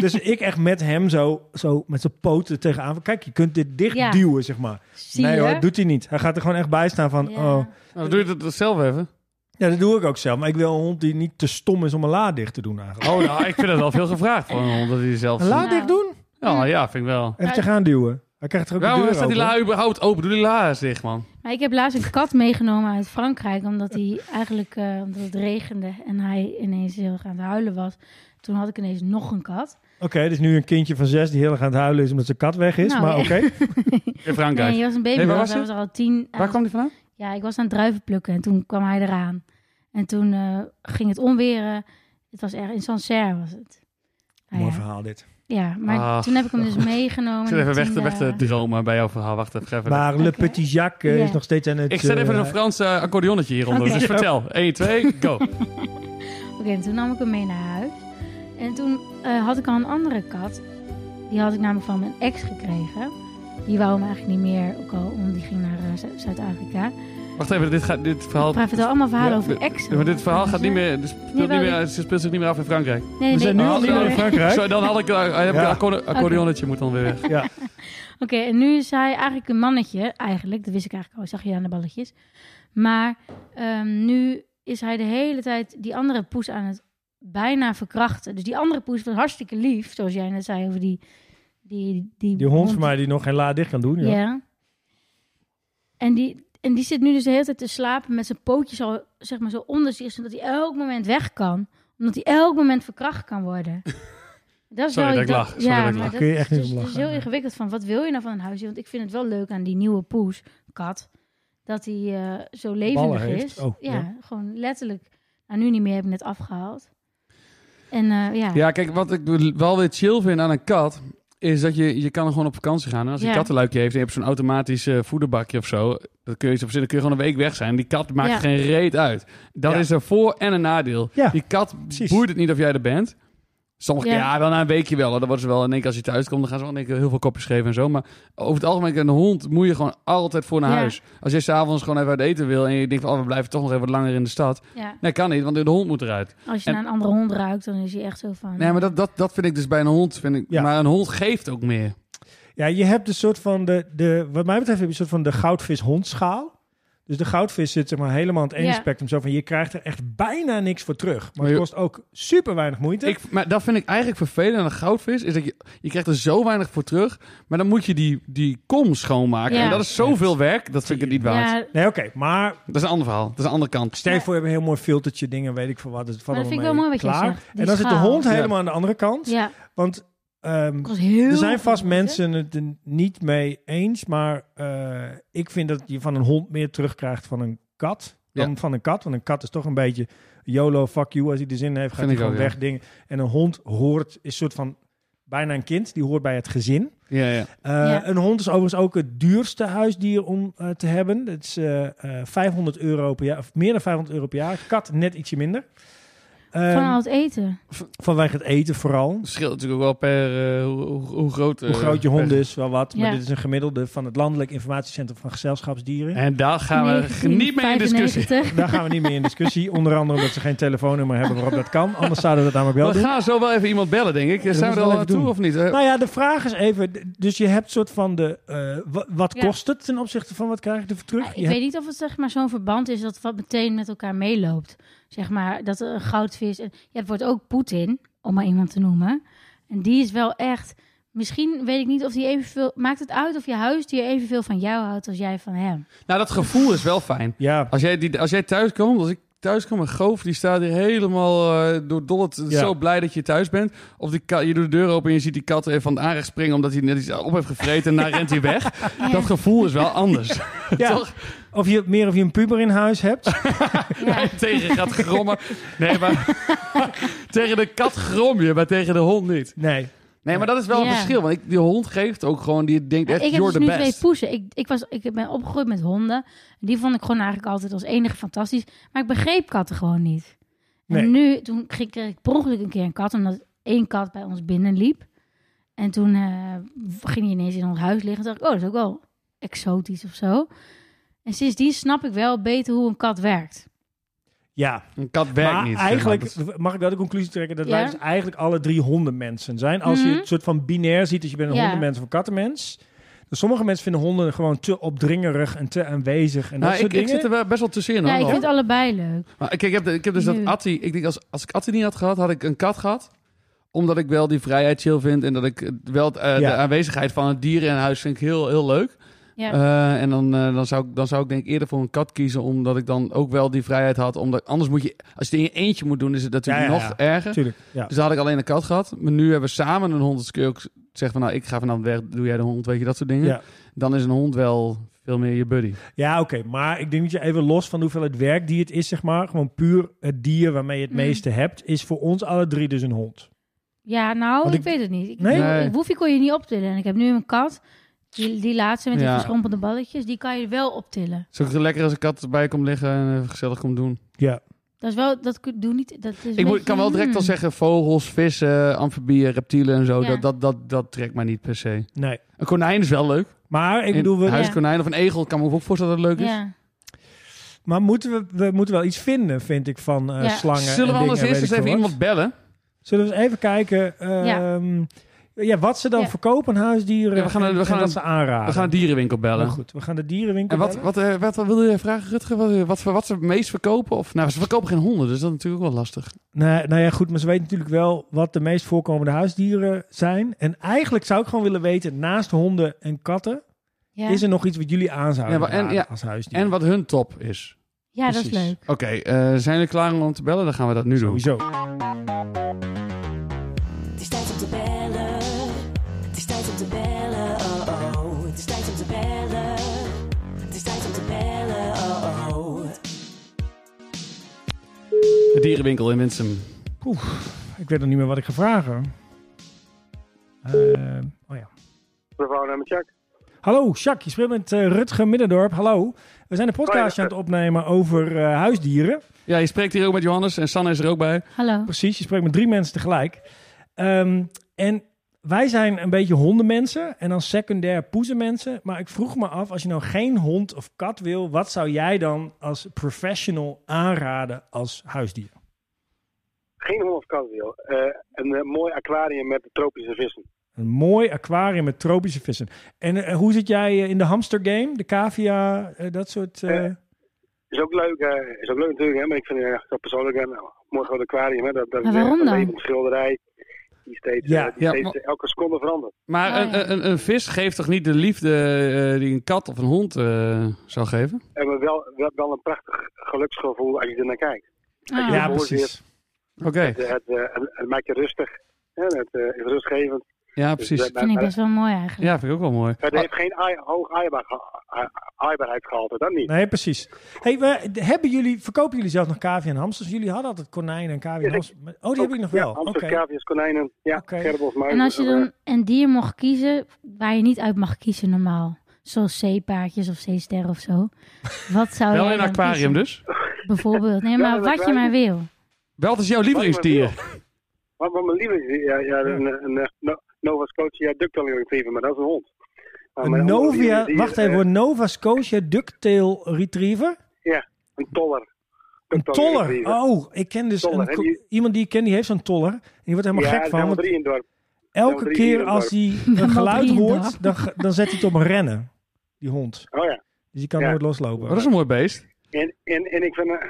A: Dus ik echt met hem zo, zo met zijn poten tegenaan. van, Kijk, je kunt dit dicht
B: Ja.
A: duwen, zeg maar.
B: Zie
A: nee
B: je?
A: hoor, doet hij niet. Hij gaat er gewoon echt bij staan van...
B: Ja.
A: Oh.
D: Nou, doe je dat zelf even?
A: Ja, dat doe ik ook zelf. Maar ik wil een hond die niet te stom is om een la dicht te doen eigenlijk.
D: Oh, nou, ik vind dat wel veel gevraagd van een hond dat hij zelf
A: Een la
B: Nou.
A: dicht doen?
D: Ja, ja, vind ik wel.
A: Even tegenaan duwen. Hij krijgt er ook
D: Waarom
A: de deur
D: staat die
A: open.
D: la überhaupt open? Doe die la eens dicht, man.
B: Maar ik heb laatst een kat meegenomen uit Frankrijk, omdat hij eigenlijk eh, omdat het regende en hij ineens heel erg aan het huilen was. Toen had ik ineens nog een kat.
A: Oké, dus nu een kindje van zes die heel erg aan het huilen is omdat zijn kat weg is.
B: Nou,
A: maar
B: ja.
A: oké.
D: In Frankrijk.
B: Nee, hij was een baby,
D: Nee, waar
B: want
D: was
B: hij
D: hij?
B: was er al tien.
D: Waar kwam die vandaan?
B: Ja, ik was aan het druiven plukken en toen kwam hij eraan. En toen eh, ging het onweren. Het was erg in Sancerre was het. Nou
A: Mooi
B: ja,
A: verhaal dit.
B: ja, maar
D: Ah,
B: toen heb ik hem dus meegenomen.
D: Ik zit even weg te,
B: Toen,
D: weg te
B: eh,
D: dromen bij jouw verhaal. Wacht even. ga even
A: Maar Le
B: Oké.
A: Petit Jacques eh,
B: Ja.
A: is nog steeds aan het...
D: ik zet even
A: eh, Oh,
D: een Franse accordeonnetje hieronder.
B: Oké.
D: Dus vertel. 1, 2, go.
B: Oké, en toen nam ik hem mee naar huis. En toen eh, had ik al een andere kat. Die had ik namelijk van mijn ex gekregen. Die wou hem eigenlijk niet meer, ook al, want die ging naar eh, Zu- Zuid-Afrika.
D: Wacht even, dit, gaat, dit verhaal...
B: Ik praat het al allemaal verhalen
D: Oh, dus- Ja,
B: over
D: dit-
B: exen.
D: Maar dit verhaal gaat niet meer, dit speelt,
B: Nee,
D: niet
B: wel,
D: meer, het speelt zich niet meer af in Frankrijk.
B: Nee, nee,
A: We zijn nu
B: nee,
A: al
D: Oh,
A: niet
B: sorry.
A: meer in
D: sorry.
A: Frankrijk.
D: Zo, dan had ik, eh, heb ik
A: Ja.
D: een accorde- accordeonnetje moet dan weer weg.
A: Ja.
B: Oké, en nu is hij eigenlijk een mannetje, eigenlijk. Dat wist ik eigenlijk al, zag je aan de balletjes. Maar ehm, nu is hij de hele tijd die andere poes aan het bijna verkrachten. Dus die andere poes was hartstikke lief, zoals jij net zei over die... Die, die,
A: Die hond van mij die nog geen la dicht kan doen.
B: Ja.
A: Ja.
B: En, die, en die zit nu dus de hele tijd te slapen met zijn pootjes al zeg maar, zo onder zich, zodat hij elk moment weg kan. Omdat hij elk moment verkracht kan worden. Dat is
D: Sorry
B: wel
D: dat ik lach. Sorry dat
B: ja,
D: ik lach.
B: maar
A: Kun je echt niet
B: is,
A: om
B: dus-
A: lachen,
B: dus heel
A: ja.
B: ingewikkeld van wat wil je nou van een huisje? Want ik vind het wel leuk aan die nieuwe poes, kat, dat hij eh, zo levendig
A: heeft.
B: is.
A: Oh,
B: ja,
A: ja.
B: gewoon letterlijk. Nou, nu niet meer, heb ik net afgehaald. En eh, ja.
D: Ja, kijk, wat ik wel weer chill vind aan een kat... is dat je, je kan gewoon op vakantie gaan. En als je
B: Ja.
D: een kattenluikje heeft en je hebt zo'n automatisch eh, voederbakje of zo... Dan kun, je, dan kun je gewoon een week weg zijn. Die kat maakt
B: Ja.
D: geen reet uit. Dat
A: Ja.
D: is een voor- en een nadeel.
A: Ja,
D: Die kat
A: precies.
D: boeit het niet of jij er bent. Sommige
B: Ja.
D: ja. wel na een weekje wel. hoor. Dan worden ze wel in één keer als je thuis komt, dan gaan ze wel in één keer heel veel kopjes geven en zo. Maar over het algemeen, een hond moet je gewoon altijd voor naar
B: Ja.
D: huis. Als je s'avonds gewoon even uit eten wil en je denkt, van, oh, we blijven toch nog even wat langer in de stad.
B: Ja.
D: Nee, kan niet, want de hond moet eruit.
B: Als je
D: En-
B: naar een andere hond ruikt, dan is hij echt zo van...
D: Nee, maar dat, dat, dat vind ik dus bij een hond. Vind ik,
A: Ja.
D: Maar een hond geeft ook meer.
A: Ja, je hebt een soort van de, de wat mij betreft heb je een soort van de goudvis-hondschaal. Dus de goudvis zit zeg maar helemaal aan het ene
B: Ja.
A: spectrum zo van je krijgt er echt bijna niks voor terug. Maar
D: Maar je-
A: het kost ook super weinig moeite.
D: Ik, maar dat vind ik eigenlijk vervelend aan een goudvis. Is dat je, je krijgt er zo weinig voor terug. Maar dan moet je die, die kom schoonmaken.
B: Ja.
D: En dat is zoveel werk. Dat vind ik het niet waard.
B: ja,
A: Nee, oké, maar
D: Dat is een ander verhaal. Dat is een andere kant.
A: stel je voor je hebt een heel mooi filtertje dingen, weet ik veel wat. Het valt
B: Maar dat
A: allemaal
B: vind ik
A: mee.
B: wel mooi wat je
A: Klaar.
B: zegt, die
A: En dan zit de
B: schaal.
A: hond
D: Ja.
A: helemaal aan de andere kant.
B: ja,
A: Want ehm,
B: kost heel
A: er zijn vast
B: veel moeite.
A: mensen het er niet mee eens, maar eh, ik vind dat je van een hond meer terugkrijgt van een kat dan
D: Ja.
A: van een kat. Want een kat is toch een beetje YOLO, fuck you, als hij er zin in heeft, gaat
D: Vind ik
A: hij gewoon
D: ook, ja.
A: weg dingen. En een hond hoort, is een soort van bijna een kind, die hoort bij het gezin.
D: Ja, ja.
A: Eh,
B: Ja.
A: Een hond is overigens ook het duurste huisdier om eh, te hebben. Dat is eh, eh, 500 euro per jaar, of meer dan 500 euro per jaar. Kat net ietsje minder. Eh,
B: Van al het eten.
A: vanwege het eten vooral.
D: Het scheelt natuurlijk ook wel per eh, hoe, hoe, hoe groot... eh,
A: Hoe groot je hond is, wel wat. Maar
B: Ja.
A: dit is een gemiddelde van het Landelijk Informatiecentrum van Gezelschapsdieren.
D: En daar gaan we niet mee in discussie.
B: 1995.
A: Daar gaan we niet meer in discussie. Onder andere omdat ze geen telefoonnummer hebben waarop dat kan. Anders zouden we dat namelijk wel
D: We
A: doen.
D: gaan zo wel even iemand bellen, denk ik.
A: Dat
D: Zijn we
A: moeten
D: er
A: we
D: al
A: wel
D: aan
A: even
D: toe
A: doen.
D: of niet? Eh,
A: Nou ja, de vraag is even... d- Dus je hebt soort van de... eh, wa- wat
B: Ja.
A: kost het ten opzichte van wat krijg ik ervoor terug?
B: Ik
A: Je hebt-
B: weet niet of het zeg maar zo'n verband is dat wat meteen met elkaar meeloopt. Zeg maar dat er een goudvis. En, ja, het wordt ook Poetin, om maar iemand te noemen. En die is wel echt. Misschien weet ik niet of die evenveel. Maakt het uit of je huisdier evenveel van jou houdt als jij van hem?
D: Nou, dat gevoel is wel fijn.
A: Ja,
D: Als jij, die, als jij thuis komt, als ik thuis kom en Goof, die staat hier helemaal eh, door dollard.
A: Ja.
D: Zo blij dat je thuis bent. Of die kat, je doet de deur open en je ziet die kat er even van het aanrecht springen omdat hij net iets op heeft gevreten en dan rent hij weg. Dat gevoel is wel anders.
A: ja.
D: Toch?
A: Of je meer of je een puber in huis hebt.
B: Ja.
D: tegen gaat grommen. Nee, maar tegen de kat grom je, maar tegen de hond niet.
A: Nee.
D: Nee, maar dat is wel een
B: Ja.
D: verschil. Want ik, die hond geeft ook gewoon, die denkt echt,
B: ik heb
D: you're
B: dus
D: the
B: nu
D: best.
B: twee poezen. Ik, ik, was, ik ben opgegroeid met honden. Die vond ik gewoon eigenlijk altijd als enige fantastisch. Maar ik begreep katten gewoon niet.
A: Nee.
B: En nu, toen kreeg kreeg ik per ongeluk een keer een kat, omdat één kat bij ons binnenliep. En toen eh, ging hij ineens in ons huis liggen. Toen dacht ik, oh, dat is ook wel exotisch of zo. En sindsdien snap ik wel beter hoe een kat werkt.
A: Ja,
D: Een kat werkt
A: maar
D: niet. zeg maar.
A: eigenlijk
D: Dat-
A: mag ik wel de conclusie trekken dat
B: Ja.
A: wij dus eigenlijk alle drie hondenmensen zijn. Als je
B: Mhm.
A: het soort van binair ziet, dat je bent een
B: Ja.
A: hondenmens of een kattenmens. Dus sommige mensen vinden honden gewoon te opdringerig en te aanwezig en dat
D: Nou, ik,
A: soort
D: ik
A: dingen.
D: zit er wel best wel tussenin.
B: Ja,
D: hoor,
B: ik
D: Nou, wel.
B: vind allebei leuk.
D: Maar kijk, ik heb, de- ik heb dus dat
B: Nu.
D: Attie... Ik denk, als, als ik Attie niet had gehad, had ik een kat gehad. Omdat ik wel die vrijheid chill vind. En dat ik eh, wel het, eh,
A: Ja.
D: de aanwezigheid van het dier in huis vind ik heel, heel leuk.
B: Ja.
D: Eh, en dan, eh, dan, zou ik, dan zou ik denk ik eerder voor een kat kiezen. Omdat ik dan ook wel die vrijheid had. Omdat, anders moet je... Als je het in je eentje moet doen, is het natuurlijk
A: Ja, ja,
D: nog
A: ja.
D: erger.
A: Tuurlijk, ja.
D: Dus daar had ik alleen een kat gehad. Maar nu hebben we samen een hond. Dus kun je ook zeggen van... Nou, ik ga vanavond weg. Doe jij de hond? Weet je, dat soort dingen.
A: Ja,
D: Dan is een hond wel veel meer je buddy.
A: ja oké. Maar ik denk dat je even los van hoeveel het werk die het is, zeg maar. Gewoon puur het dier waarmee je het
B: Mm.
A: meeste hebt, is voor ons alle drie dus een hond.
B: Ja, nou,
A: Want
B: ik,
A: ik-
B: weet het niet. Ik,
A: Nee?
B: bedoel,
D: Nee.
B: ik- Woefie kon je niet optillen. En ik heb nu een kat, die, die laatste met
D: Ja.
B: die verschrompelde balletjes, die kan je wel optillen.
D: Het is ook lekker als een kat erbij komt liggen en eh, gezellig komt doen.
A: Ja.
B: Dat is wel, dat kun- doe niet. Dat is een
D: Ik moet-
B: beetje,
D: kan wel direct al
B: hmm.
D: zeggen, vogels, vissen, amfibieën, reptielen en zo.
B: Ja.
D: Dat, dat, dat, dat trekt mij niet per se.
A: Nee.
D: Een konijn is wel leuk.
A: Maar ik
D: Een
A: bedoel, we,
D: huiskonijn of een egel kan me ook voorstellen dat het leuk is.
B: Ja.
A: maar moeten we, we moeten wel iets vinden, vind ik, van eh,
B: Ja.
A: slangen en
D: Zullen we
A: dingen,
D: anders eerst
A: weet
D: eens
A: ik
D: even
A: veel wat.
D: iemand bellen?
A: Zullen we eens even kijken
B: Ja.
A: ehm, ja. wat ze dan
B: Ja.
A: verkopen aan huisdieren
D: Ja, we gaan-
A: en,
D: we
A: en
D: gaan-
A: dat ze aanraden.
D: We gaan een dierenwinkel
A: Maar
D: bellen.
A: goed, we gaan de dierenwinkel
D: En wat,
A: bellen.
D: wat, eh, wat, wat wilde je vragen, Rutger? Wat, eh, wat, wat ze het meest verkopen? Of, nou, ze verkopen geen honden, dus dat is natuurlijk ook wel lastig.
A: Nee, nou ja, goed, maar ze weten natuurlijk wel wat de meest voorkomende huisdieren zijn. En eigenlijk zou ik gewoon willen weten, naast honden en katten,
B: Ja.
A: is er nog iets wat jullie aan zouden
D: Ja, maar en-
A: raden
D: ja,
A: als huisdier?
D: En wat hun top is.
B: ja, dat is
A: precies.
B: leuk.
D: Oké, eh, zijn jullie klaar om te bellen? Dan gaan we dat nu doen.
A: Sowieso.
C: Het is tijd om te bellen. Het is tijd om te bellen. Oh oh. Het is tijd om te bellen. Het is tijd om te bellen. Oh oh.
D: De dierenwinkel in Winsum.
A: Ik weet nog niet meer wat ik ga vragen. Eh, oh ja.
F: Mevrouw naar Jack.
A: Hallo, Jacques. Je spreekt met eh, Rutger Middendorp. Hallo. We zijn een podcast aan het opnemen over eh, huisdieren.
D: Ja, je spreekt hier ook met Johannes en Sanne is er ook bij.
B: Hallo.
A: Precies, je spreekt met drie mensen tegelijk. Ehm, en wij zijn een beetje hondenmensen en dan secundair poezenmensen. Maar ik vroeg me af, als je nou geen hond of kat wil, wat zou jij dan als professional aanraden als huisdier?
F: Geen hond of kat wil. Eh, een eh, mooi aquarium met tropische vissen.
A: Een mooi aquarium met tropische vissen. En eh, hoe zit jij eh, in de hamstergame? De cavia, eh, dat soort... eh,
F: Eh, Is ook leuk, eh, is ook leuk natuurlijk, hè, maar ik vind eh, zo persoonlijk een mooi groot aquarium. Hè, dat, dat
B: Maar
F: is echt
B: waarom
F: een
B: dan?
F: levend schilderij die steeds,
A: Ja,
F: eh, die
D: ja,
F: steeds
D: maar-
F: eh, elke seconde verandert.
D: Maar
B: Ah,
D: een,
B: ja.
D: een, een vis geeft toch niet de liefde eh, die een kat of een hond eh, zou geven?
F: En we wel, wel, wel een prachtig geluksgevoel als je er naar kijkt.
B: Ah.
A: ja,
F: hoort
A: precies.
D: Oké,
F: Het, het, eh, het- het maakt je rustig. Hè, het eh, is rustgevend.
D: ja
F: Dus,
D: precies.
F: eh, maar-
B: vind ik
F: maar-
B: best wel mooi eigenlijk.
D: Ja, vind ik ook wel mooi.
B: Oh,
F: Het heeft geen aai- hoog aaibaar, ge- a- aaibaarheidsgehalte, dat niet.
A: Nee, precies. Hey, we, de- hebben jullie, verkopen jullie zelf nog cavia en hamsters? Jullie hadden altijd konijnen en cavia en
F: Ja, ik-
A: hamsters. Maar- Oh, die hebben jullie nog wel.
F: Ja,
A: Oké.
F: hamsters, cavia's, konijnen, ja,
A: Oké.
F: gerbels, muizen.
B: En als je
F: eh,
B: dan een dier mocht kiezen waar je niet uit mag kiezen normaal, zoals zeepaardjes of zeesterren of zo, wat zou
D: Wel
B: jij
D: in een
B: dan kiezen?
D: aquarium dus.
B: Bijvoorbeeld. Nee, maar
F: in een
B: wat je maar wil.
D: Wat is jouw
F: Oh,
D: lievelingsdier?
F: Wat, wat mijn lieve is, ja, ja, een, een, eh, No- Nova Scotia ducktail retriever, maar dat is een hond. Maar
A: Een
F: mijn andere dieren,
A: Novia,
F: die-
A: wacht
F: eh,
A: even, een Nova Scotia Ducktail Retriever.
F: Een toller.
A: Een
F: Ducktail
A: toller.
F: retriever.
A: Oh, ik ken dus
F: Toller,
A: een
F: hè,
A: ko-
F: die-
A: iemand die ik ken, die heeft zo'n toller. En die wordt er helemaal
F: ja,
A: gek
F: er
A: van.
F: zijn wel
A: Want
F: drie in het dorp.
A: elke
F: drie
A: keer
F: dieren
A: als
F: daar.
A: hij
B: wel
A: een geluid
B: drie in het
A: hoort,
B: dorp.
A: dan, ge- dan zet hij het op een rennen, die hond.
F: Oh ja.
A: Dus die kan
F: Ja.
A: nooit
D: Oh,
A: loslopen.
D: dat is een mooi beest.
F: En, en, en ik vind eh,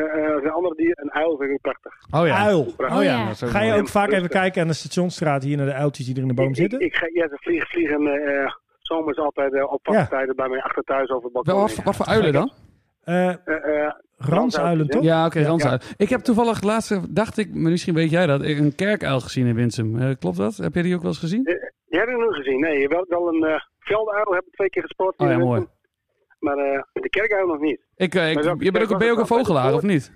F: eh, eh, een andere dier, een uil, vind ik ook prachtig.
D: Oh ja.
A: Uil.
F: Prachtig.
A: Oh
B: Oh ja.
A: ja.
B: Dat
D: is ook
A: Ga je
D: mooi.
A: ook vaak even
F: Rustig.
A: kijken aan de stationstraat hier naar de uiltjes die er in de boom
F: Ik-
A: zitten?
F: Ik, ik, ga- ja, ze vliegen, vliegen eh, eh, zomers altijd eh, op vasttijden bij mij achter thuis over het
D: Wel,
F: balkon.
D: wat, wat voor uilen dan?
A: Eh,
F: Eh, eh,
A: ransuilen, toch?
D: Ja, oké, ransuil. Ik heb toevallig laatst, eh, dacht ik, maar misschien weet jij dat, een kerkuil gezien in Winsum. Eh, klopt dat? Heb jij die ook wel eens gezien?
F: die heb ik nog gezien. Nee, wel, wel een eh, velduil heb ik twee keer gesport.
D: Oh ja, mooi.
F: Maar eh, de kerkuil nog niet.
D: Ik, eh, ik,
F: Maar dat-
D: je bent ook, ben je ook een
F: dat was het
D: vogelaar,
F: wel.
D: of niet?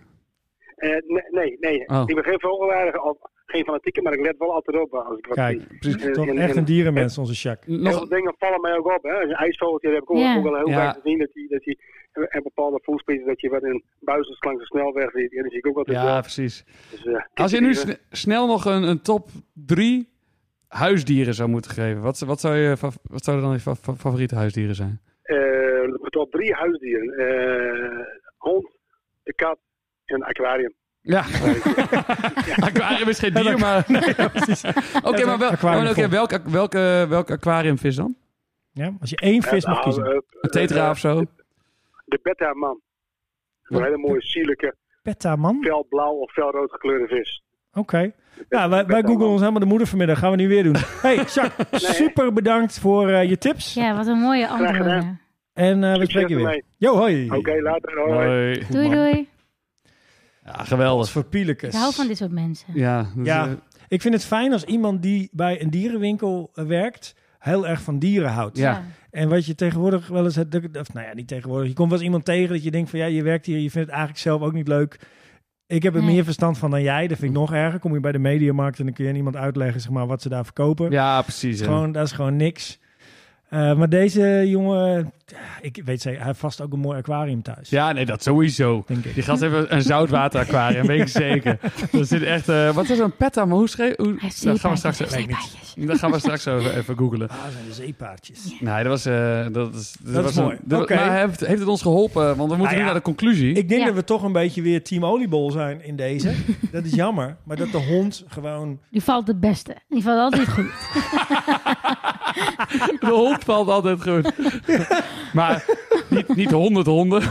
F: Eh, nee, nee, nee.
D: Oh.
F: ik ben geen vogelaar of geen fanatieke, maar ik let wel altijd op als ik wat zie.
A: Kijk,
D: precies.
F: En-
A: toch
F: en-
A: echt
F: en-
A: een dierenmens, onze Jacques.
F: Heel
D: Nog,
F: veel dingen vallen mij ook op. Hè. Als je ijsvogeltje heb ik ook,
B: Ja.
F: ook wel heel
D: Ja.
F: vaak gezien dat die, dat die en bepaalde voelspitsen dat je wat in buizen langs de snelweg ziet. En dat zie ik ook altijd.
D: ja,
F: wel.
D: precies.
F: Dus, eh,
D: Als je nu
F: dieren.
D: sne- snel nog een, een top drie huisdieren zou moeten geven, wat, wat, zou je, fa- wat zouden dan je fa- fa- favoriete huisdieren zijn?
F: eh, tot drie huisdieren. Eh, hond, de kat en een aquarium.
D: Ja, aquarium is geen dier, maar... Oké, maar wel,
A: Aquarium
D: oh, oké,
A: vol.
D: welk, welke, welk aquariumvis dan?
A: Ja? Als je één vis
F: Eh,
A: mag
F: nou,
A: kiezen.
F: eh,
D: Een tetra of zo?
F: de beta man. Een hele mooie, sierlijke,
A: Petta, man.
F: felblauw of felrood gekleurde vis.
A: Oké. Ja, wij, wij googlen ons helemaal de moeder vanmiddag. Gaan we nu weer doen. Hey, Jacques, super bedankt voor eh, je tips.
B: Ja, wat een mooie
F: gedaan.
B: antwoorden.
A: En eh we
F: Succes
A: spreken je weer.
F: ermee.
A: Jo, hoi.
F: Oké, later. Hoi.
D: Hoi.
B: Doei doei.
D: Ja,
A: Dat is
D: geweldig.
A: voor
B: Ik
A: Pielekes.
B: hou van dit soort mensen.
D: Ja, dat is, eh,
A: Ja, ik vind het fijn als iemand die bij een dierenwinkel eh, werkt, heel erg van dieren houdt.
D: Ja.
A: En wat je tegenwoordig wel eens... hebt- Of, nou ja, niet tegenwoordig. Je komt wel eens iemand tegen dat je denkt van... Ja, je werkt hier, je vindt het eigenlijk zelf ook niet leuk. Ik heb er
B: Nee.
A: meer verstand van dan jij. Dat vind ik nog erger. Kom je bij de mediamarkt en dan kun je aan iemand uitleggen zeg maar, wat ze daar verkopen.
D: ja, precies.
A: Dat
D: hè.
A: is gewoon, dat is gewoon niks. Eh, maar deze jongen, ik weet zeker, hij heeft vast ook een mooi aquarium thuis.
D: Ja, nee, dat sowieso.
A: Denk ik.
D: Die gast heeft een zoutwateraquarium, weet ik zeker. Dat zit echt... eh, wat is een petta? Maar hoe schreef... Hoe,
B: Hij heeft
D: dat gaan we
B: zeepaardjes,
D: straks,
B: hij heeft
D: even-
B: zeepaardjes.
D: dat gaan we straks even, even googlen.
A: Ah, zijn de zeepaardjes.
D: Nee, dat was... eh, dat is, dat
A: is
D: was
A: mooi.
D: een- dat-
A: Oké.
D: Maar heeft, heeft het ons geholpen? Want we moeten
A: Ah,
D: nu
A: ja.
D: naar de conclusie.
A: Ik denk
B: Ja.
A: dat we toch een beetje weer team oliebol zijn in deze. dat is jammer, maar dat de hond gewoon...
B: Die valt het beste. Die valt altijd goed.
D: De hond valt altijd goed. maar niet, niet honderd honden.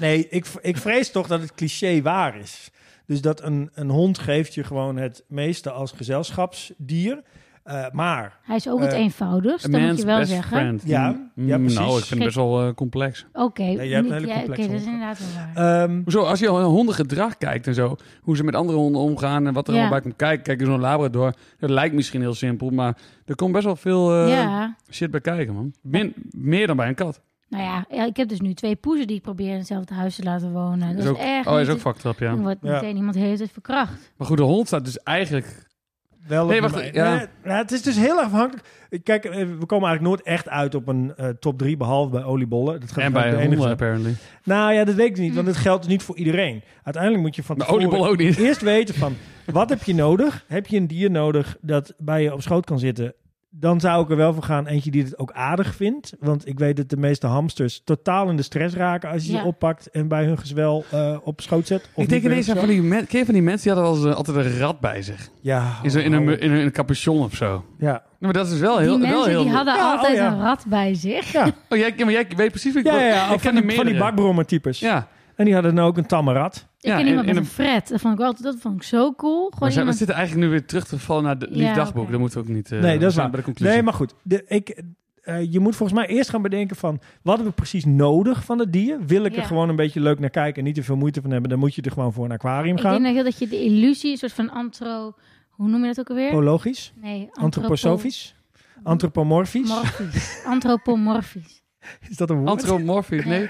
A: Nee, ik, ik vrees toch dat het cliché waar is. Dus dat een, een hond geeft je gewoon het meeste als gezelschapsdier. Eh, maar,
B: Hij is ook het
A: Eh,
B: eenvoudigst, dat moet je wel zeggen.
A: Ja,
D: Mm,
A: ja,
D: mm,
A: precies.
D: Nou, ik vind het best wel eh, complex.
B: Oké,
A: Nee, jij hebt een
B: niet-
A: hele
B: ja,
A: complexe
B: oké, dat is
A: hond.
B: inderdaad wel waar.
A: ehm,
D: Zo, als je al naar hondengedrag kijkt en zo, hoe ze met andere honden omgaan en wat er
B: Ja.
D: allemaal bij komt kijken. Kijk, zo'n labrador, dat lijkt misschien heel simpel, maar er komt best wel veel eh,
B: ja,
D: shit bij kijken, man. Min- meer dan bij een kat.
B: nou ja, ja, ik heb dus nu twee poezen die ik probeer in hetzelfde huis te laten wonen. Dat is,
D: ook,
B: echt
D: oh, is
B: niet
D: ook
B: te-
D: vaktrap, ja.
B: Dan wordt
A: Ja.
B: meteen iemand heeft het verkracht.
D: Maar goed, de hond staat dus eigenlijk
A: Wel op
D: Nee,
A: nummer
D: wacht,
A: één.
D: ja.
A: Nee, nou, het is dus heel erg afhankelijk. Kijk, eh, we komen eigenlijk nooit echt uit op een eh, top 3, behalve bij oliebollen. Dat gaat
D: En
A: gewoon
D: bij
A: de enige
D: honden,
A: zijn.
D: apparently.
A: Nou ja, dat weet ik niet, want het geldt niet voor iedereen. Uiteindelijk moet je van
D: De
A: tevoren
D: oliebol ook niet.
A: eerst weten van... wat heb je nodig? Heb je een dier nodig dat bij je op schoot kan zitten? Dan zou ik er wel voor gaan eentje die het ook aardig vindt. Want ik weet dat de meeste hamsters totaal in de stress raken... als je
B: Ja.
A: ze oppakt en bij hun gezwel eh, op schoot zet. Of
D: ik denk
A: niet bij
D: ineens aan
A: hun
D: van
A: gezwel.
D: die, men- ken je van die mensen die hadden wel eens, eh, altijd een rat bij zich.
A: Ja,
D: In, zo, in, een,
A: oh,
D: mu- in, een, in een capuchon of zo. Nee,
A: Ja,
D: maar dat is wel heel...
B: die
D: wel
B: mensen
D: heel
B: die hadden
A: Ja, oh
B: altijd
A: ja.
B: een rat bij zich.
A: ja.
D: Oh, jij, ja, maar jij weet precies wie ik
A: ja, ja,
D: bedoel.
A: ja.
D: Ik
A: Of
D: ken
A: van die,
D: er
A: van die
D: meerdere.
A: bakbrommer types.
D: Ja,
A: En die hadden dan ook een tamme rat.
B: Ik
D: Ja,
B: ken
D: in-
B: iemand
D: in
B: met een
D: een-
B: fret. Dat vond ik, wel, dat vond ik zo cool. Gewoon
D: maar ze- we
B: iemand-
D: zitten eigenlijk nu weer terug te vallen naar de, die
B: Ja,
D: dagboek.
B: oké.
D: Dat moeten we ook niet... eh,
A: Nee, dat
D: we
A: is
D: zijn
A: waar.
D: Bij de conclusie.
A: Nee, maar goed. De, ik, eh, je moet volgens mij eerst gaan bedenken van... wat hebben we precies nodig van het dier? Wil ik
B: Ja.
A: er gewoon een beetje leuk naar kijken... en niet te veel moeite van hebben? Dan moet je er gewoon voor een aquarium
B: ik
A: gaan.
B: denk heel dat je de illusie, een soort van antro... Hoe noem je dat ook alweer?
A: Ecologisch,
B: nee, antropo-
A: antroposofisch, antropomorfisch.
B: Morfisch. Antropomorfisch.
A: is dat een woord?
D: Antromorfisch, nee.
B: Eh,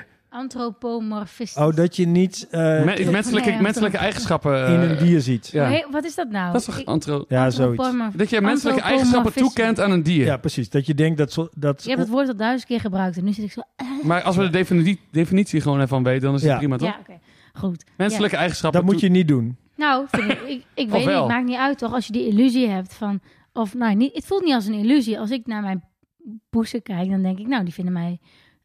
B: Antropomorfisch.
A: oh, dat je niet eh,
D: Me- menselijke,
B: Nee,
D: menselijke
B: antropo-
D: eigenschappen... eh,
A: in een dier ziet. Ja,
D: Ja.
B: Nee, wat is dat nou?
D: dat is toch
B: Ik-
D: antro...
A: zoiets.
B: antropomorf-
D: Dat je menselijke eigenschappen
B: antropomorfisch.
D: toekent aan een dier.
A: Ja, precies. Dat je denkt dat... zo- dat
B: Je hebt het woord al duizend keer gebruikt en nu zit ik zo... eh,
D: Maar als we de defini- definitie gewoon even weten, dan is het
A: Ja.
D: prima, toch?
B: ja, oké. Goed.
D: Menselijke eigenschappen...
A: dat moet
D: toe-
A: je niet doen.
B: Ja. Nou, vind ik, ik, ik
D: Of
B: weet niet,
D: wel?
B: het maakt niet uit toch, als je die illusie hebt van... Of, nou, niet, het voelt niet als een illusie. Als ik naar mijn poesen kijk, dan denk ik, nou, die vinden mij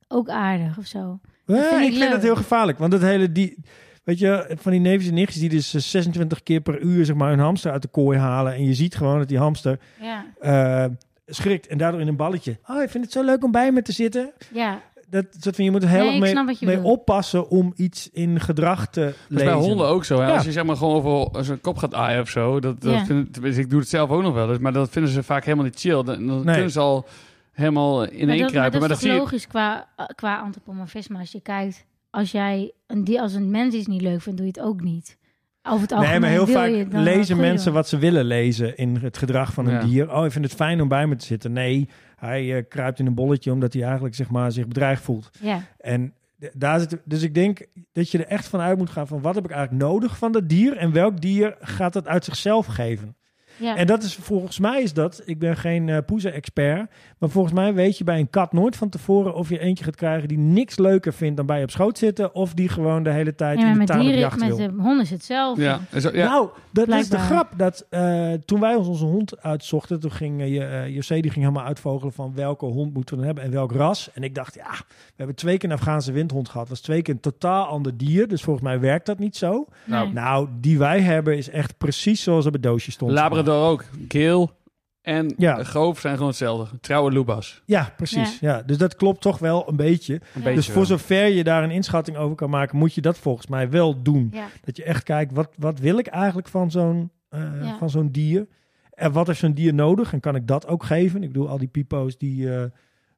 B: ook aardig of zo.
A: Ja,
B: vind ik
A: ik vind
B: leuk.
A: dat heel gevaarlijk. Want dat hele die. Weet je, van die neefjes en nichtjes die dus eh, 26 keer per uur zeg maar, hun hamster uit de kooi halen. En je ziet gewoon dat die hamster
B: Ja,
A: eh, schrikt en daardoor in een balletje. Oh, ik vind het zo leuk om bij me te zitten.
B: ja.
A: Dat soort van, je moet er heel
B: Nee,
A: erg
B: ik
A: mee,
B: snap wat je
A: mee
B: bedoelt.
A: oppassen om iets in gedrag te
D: Dat is
A: lezen.
D: bij honden ook zo. Hè?
A: Ja.
D: Als je zeg maar gewoon over zijn kop gaat aaien of zo. Dat, dat
B: Ja.
D: vinden- tenminste, ik doe het zelf ook nog wel eens. Maar dat vinden ze vaak helemaal niet chill. Dan, dan
A: Nee.
D: kunnen ze al helemaal in
B: Maar
D: één
B: dat, maar
D: kruipen.
B: dat
D: Maar
B: is
D: dat zie
B: toch
D: je...
B: logisch qua, eh, qua antropomorfisme. Als je kijkt, als jij een, die, als een mens iets niet leuk vindt, doe je het ook niet. Over het algemeen
A: Nee, maar heel
B: wil
A: vaak
B: je het dan wel
A: lezen
B: goed
A: mensen
B: doen.
A: wat ze willen lezen in het gedrag van een
D: Ja.
A: dier. Oh, ik vind het fijn om bij me te zitten. Nee, hij eh, kruipt in een bolletje omdat hij eigenlijk zeg maar, zich bedreigd voelt.
B: Ja,
A: En d- daar zit, dus ik denk dat je er echt van uit moet gaan van wat heb ik eigenlijk nodig van dat dier en welk dier gaat dat uit zichzelf geven.
B: ja.
A: En dat is volgens mij is dat, ik ben geen eh poezen-expert, maar volgens mij weet je bij een kat nooit van tevoren of je eentje gaat krijgen die niks leuker vindt dan bij je op schoot zitten of die gewoon de hele tijd
B: Ja, maar
A: in de
B: met
A: tuin op
B: dieren,
A: jacht
B: met
A: wil.
B: de honden is hetzelfde.
D: Ja, en zo- ja.
A: Nou, dat is de
B: Blijkbaar.
A: grap. Dat, eh, toen wij ons onze hond uitzochten, toen ging eh, je eh, José die ging helemaal uitvogelen van welke hond moeten we dan hebben en welk ras. En ik dacht, ja, we hebben twee keer een Afghaanse windhond gehad. was twee keer een totaal ander dier. Dus volgens mij werkt dat niet zo.
D: Nou,
B: Nee.
A: Nou, die wij hebben is echt precies zoals op het doosje stond.
D: Labrador ook. Keel en
A: Ja.
D: Goof zijn gewoon hetzelfde. Trouwe loebas.
A: Ja, precies. Ja. dus dat klopt toch wel een beetje.
D: Een
B: Ja.
D: beetje eh,
A: dus voor
D: wel.
A: zover je daar een inschatting over kan maken, moet je dat volgens mij wel doen.
B: Ja.
A: Dat je echt kijkt, wat, wat wil ik eigenlijk van zo'n eh,
B: Ja.
A: van zo'n dier? En wat heeft zo'n dier nodig? En kan ik dat ook geven? Ik bedoel, al die pipo's die eh,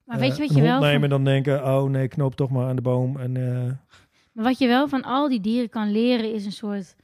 B: Maar weet
A: eh,
B: je wat
A: een
B: je wel
A: hond nemen en
B: van,
A: dan denken... oh nee, knoop toch maar aan de boom. En, eh,
B: maar wat je wel van al die dieren kan leren is een soort...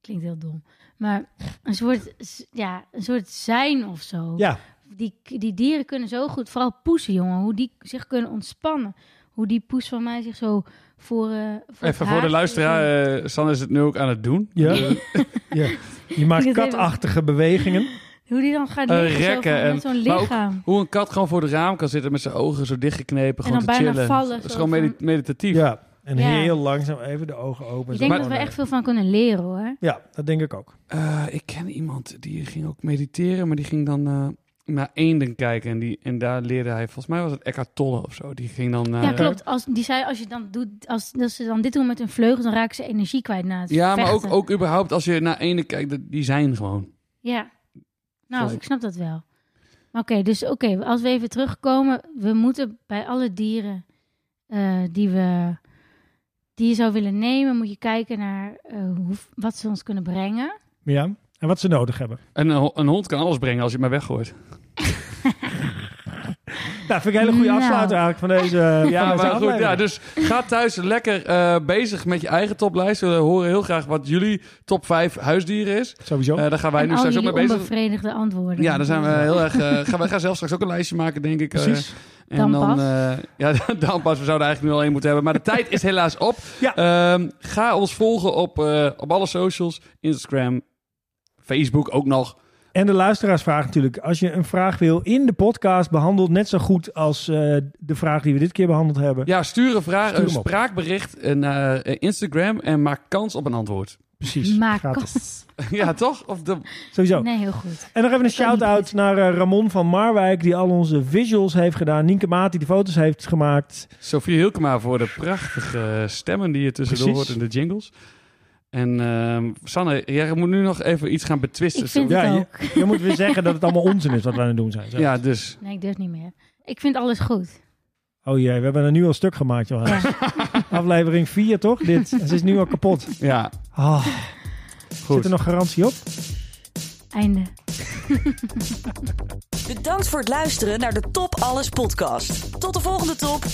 B: Klinkt heel dom. Maar een soort, z- ja, een soort zijn of zo.
A: ja,
B: Die, die dieren kunnen zo goed, vooral poezen, jongen. Hoe die zich kunnen ontspannen. Hoe die poes van mij zich zo voor... eh, voor
D: Even voor de luisteraar. eh San is het nu ook aan het doen.
A: ja,
D: Eh,
A: ja. je maakt
B: Ik weet
A: katachtige bewegingen.
B: Hoe die dan gaat
D: Eh,
B: liggen zo,
D: rekken
B: van-
D: en-
B: met zo'n
D: maar ook
B: lichaam.
D: Hoe een kat gewoon voor de raam kan zitten met zijn ogen zo dichtgeknepen. Gewoon
B: dan
D: te
B: bijna
D: chillen.
B: vallen,
D: Dat is
B: zo
D: gewoon medi-
B: van-
D: meditatief.
A: Ja, en
B: Ja.
A: heel langzaam even de ogen open.
B: Ik
A: Zo
B: denk
A: gewoon
B: dat we
A: naar-
B: echt veel van kunnen leren, hoor.
A: Ja, dat denk ik ook.
D: Eh, ik ken iemand die ging ook mediteren, maar die ging dan eh, naar eenden kijken. En, die, en daar leerde hij, volgens mij was het Eckhart Tolle of zo. Die ging dan... eh,
B: Ja, klopt. Als, die zei, als je dan doet, als, als ze dan dit doen met hun vleugels, dan raken ze energie kwijt na het
D: Ja, maar ook,
B: vechten.
D: ook überhaupt als je naar eenden kijkt, dat- die zijn gewoon.
B: Ja. Nou,
D: Volgens-
B: ik snap dat wel. Maar oké, dus oké, als we even terugkomen, we moeten bij alle dieren eh, die we die je zou willen nemen, moet je kijken naar eh, hoe, wat ze ons kunnen brengen.
A: Ja, en wat ze nodig hebben.
D: En een, ho- een hond kan alles brengen als je het maar weggooit.
A: Nou, vind ik een hele goede
B: Nou.
A: afsluiter eigenlijk van deze,
D: Ja,
A: ja, van deze
D: maar goed,
A: aflevering.
D: ja, dus ga thuis lekker eh, bezig met je eigen toplijst. We horen heel graag wat jullie top 5 huisdieren is.
A: Sowieso.
D: Eh, daar gaan wij
B: en
D: nu
B: al
D: straks ook
B: jullie
D: mee bezig.
B: onbevredigde antwoorden.
D: Ja, daar zijn we heel erg. eh, gaan wij gaan zelf straks ook een lijstje maken, denk ik. eh,
A: Precies.
D: En
B: Dan
D: dan,
B: pas.
D: eh, ja, dan pas. We zouden eigenlijk nu al één moeten hebben. Maar de tijd is helaas op.
A: Ja.
D: Ehm, ga ons volgen op, eh, op alle socials. Instagram, Facebook ook nog.
A: En de luisteraars vragen natuurlijk, als je een vraag wil in de podcast behandeld, net zo goed als eh, de vraag die we dit keer behandeld hebben.
D: Ja, stuur een vraag,
A: Stuur
D: een
A: hem op.
D: spraakbericht eh, naar eh, Instagram en maak kans op een antwoord.
A: precies.
B: Maak
A: Gratis.
B: kans.
A: Ah.
D: ja, toch? Of de...
A: Sowieso.
B: Nee, heel goed.
A: En
B: Dat
A: nog even een
B: kan niet
A: shout-out naar eh, Ramon van Marwijk, die al onze visuals heeft gedaan. Nienke Maat, die de foto's heeft gemaakt.
D: Sophie Hilkema voor de prachtige stemmen die je tussendoor
A: Precies.
D: hoort in de jingles. En ehm, Sanne, jij moet nu nog even iets gaan betwisten.
B: Ik vind
A: Ja,
B: het
A: je,
B: ook.
A: je moet weer zeggen dat het allemaal onzin is wat we aan het doen zijn. zeg.
D: Ja, dus
B: Nee, ik durf niet meer. Ik vind alles goed.
A: Oh jee, we hebben er nu al stuk gemaakt, Johannes. Aflevering 4, toch? Dit. Ze is nu al kapot.
D: ja,
A: Ah,
D: goed.
A: zit er nog garantie op?
B: Einde.
C: Bedankt voor het luisteren naar de Top Alles podcast. Tot de volgende top.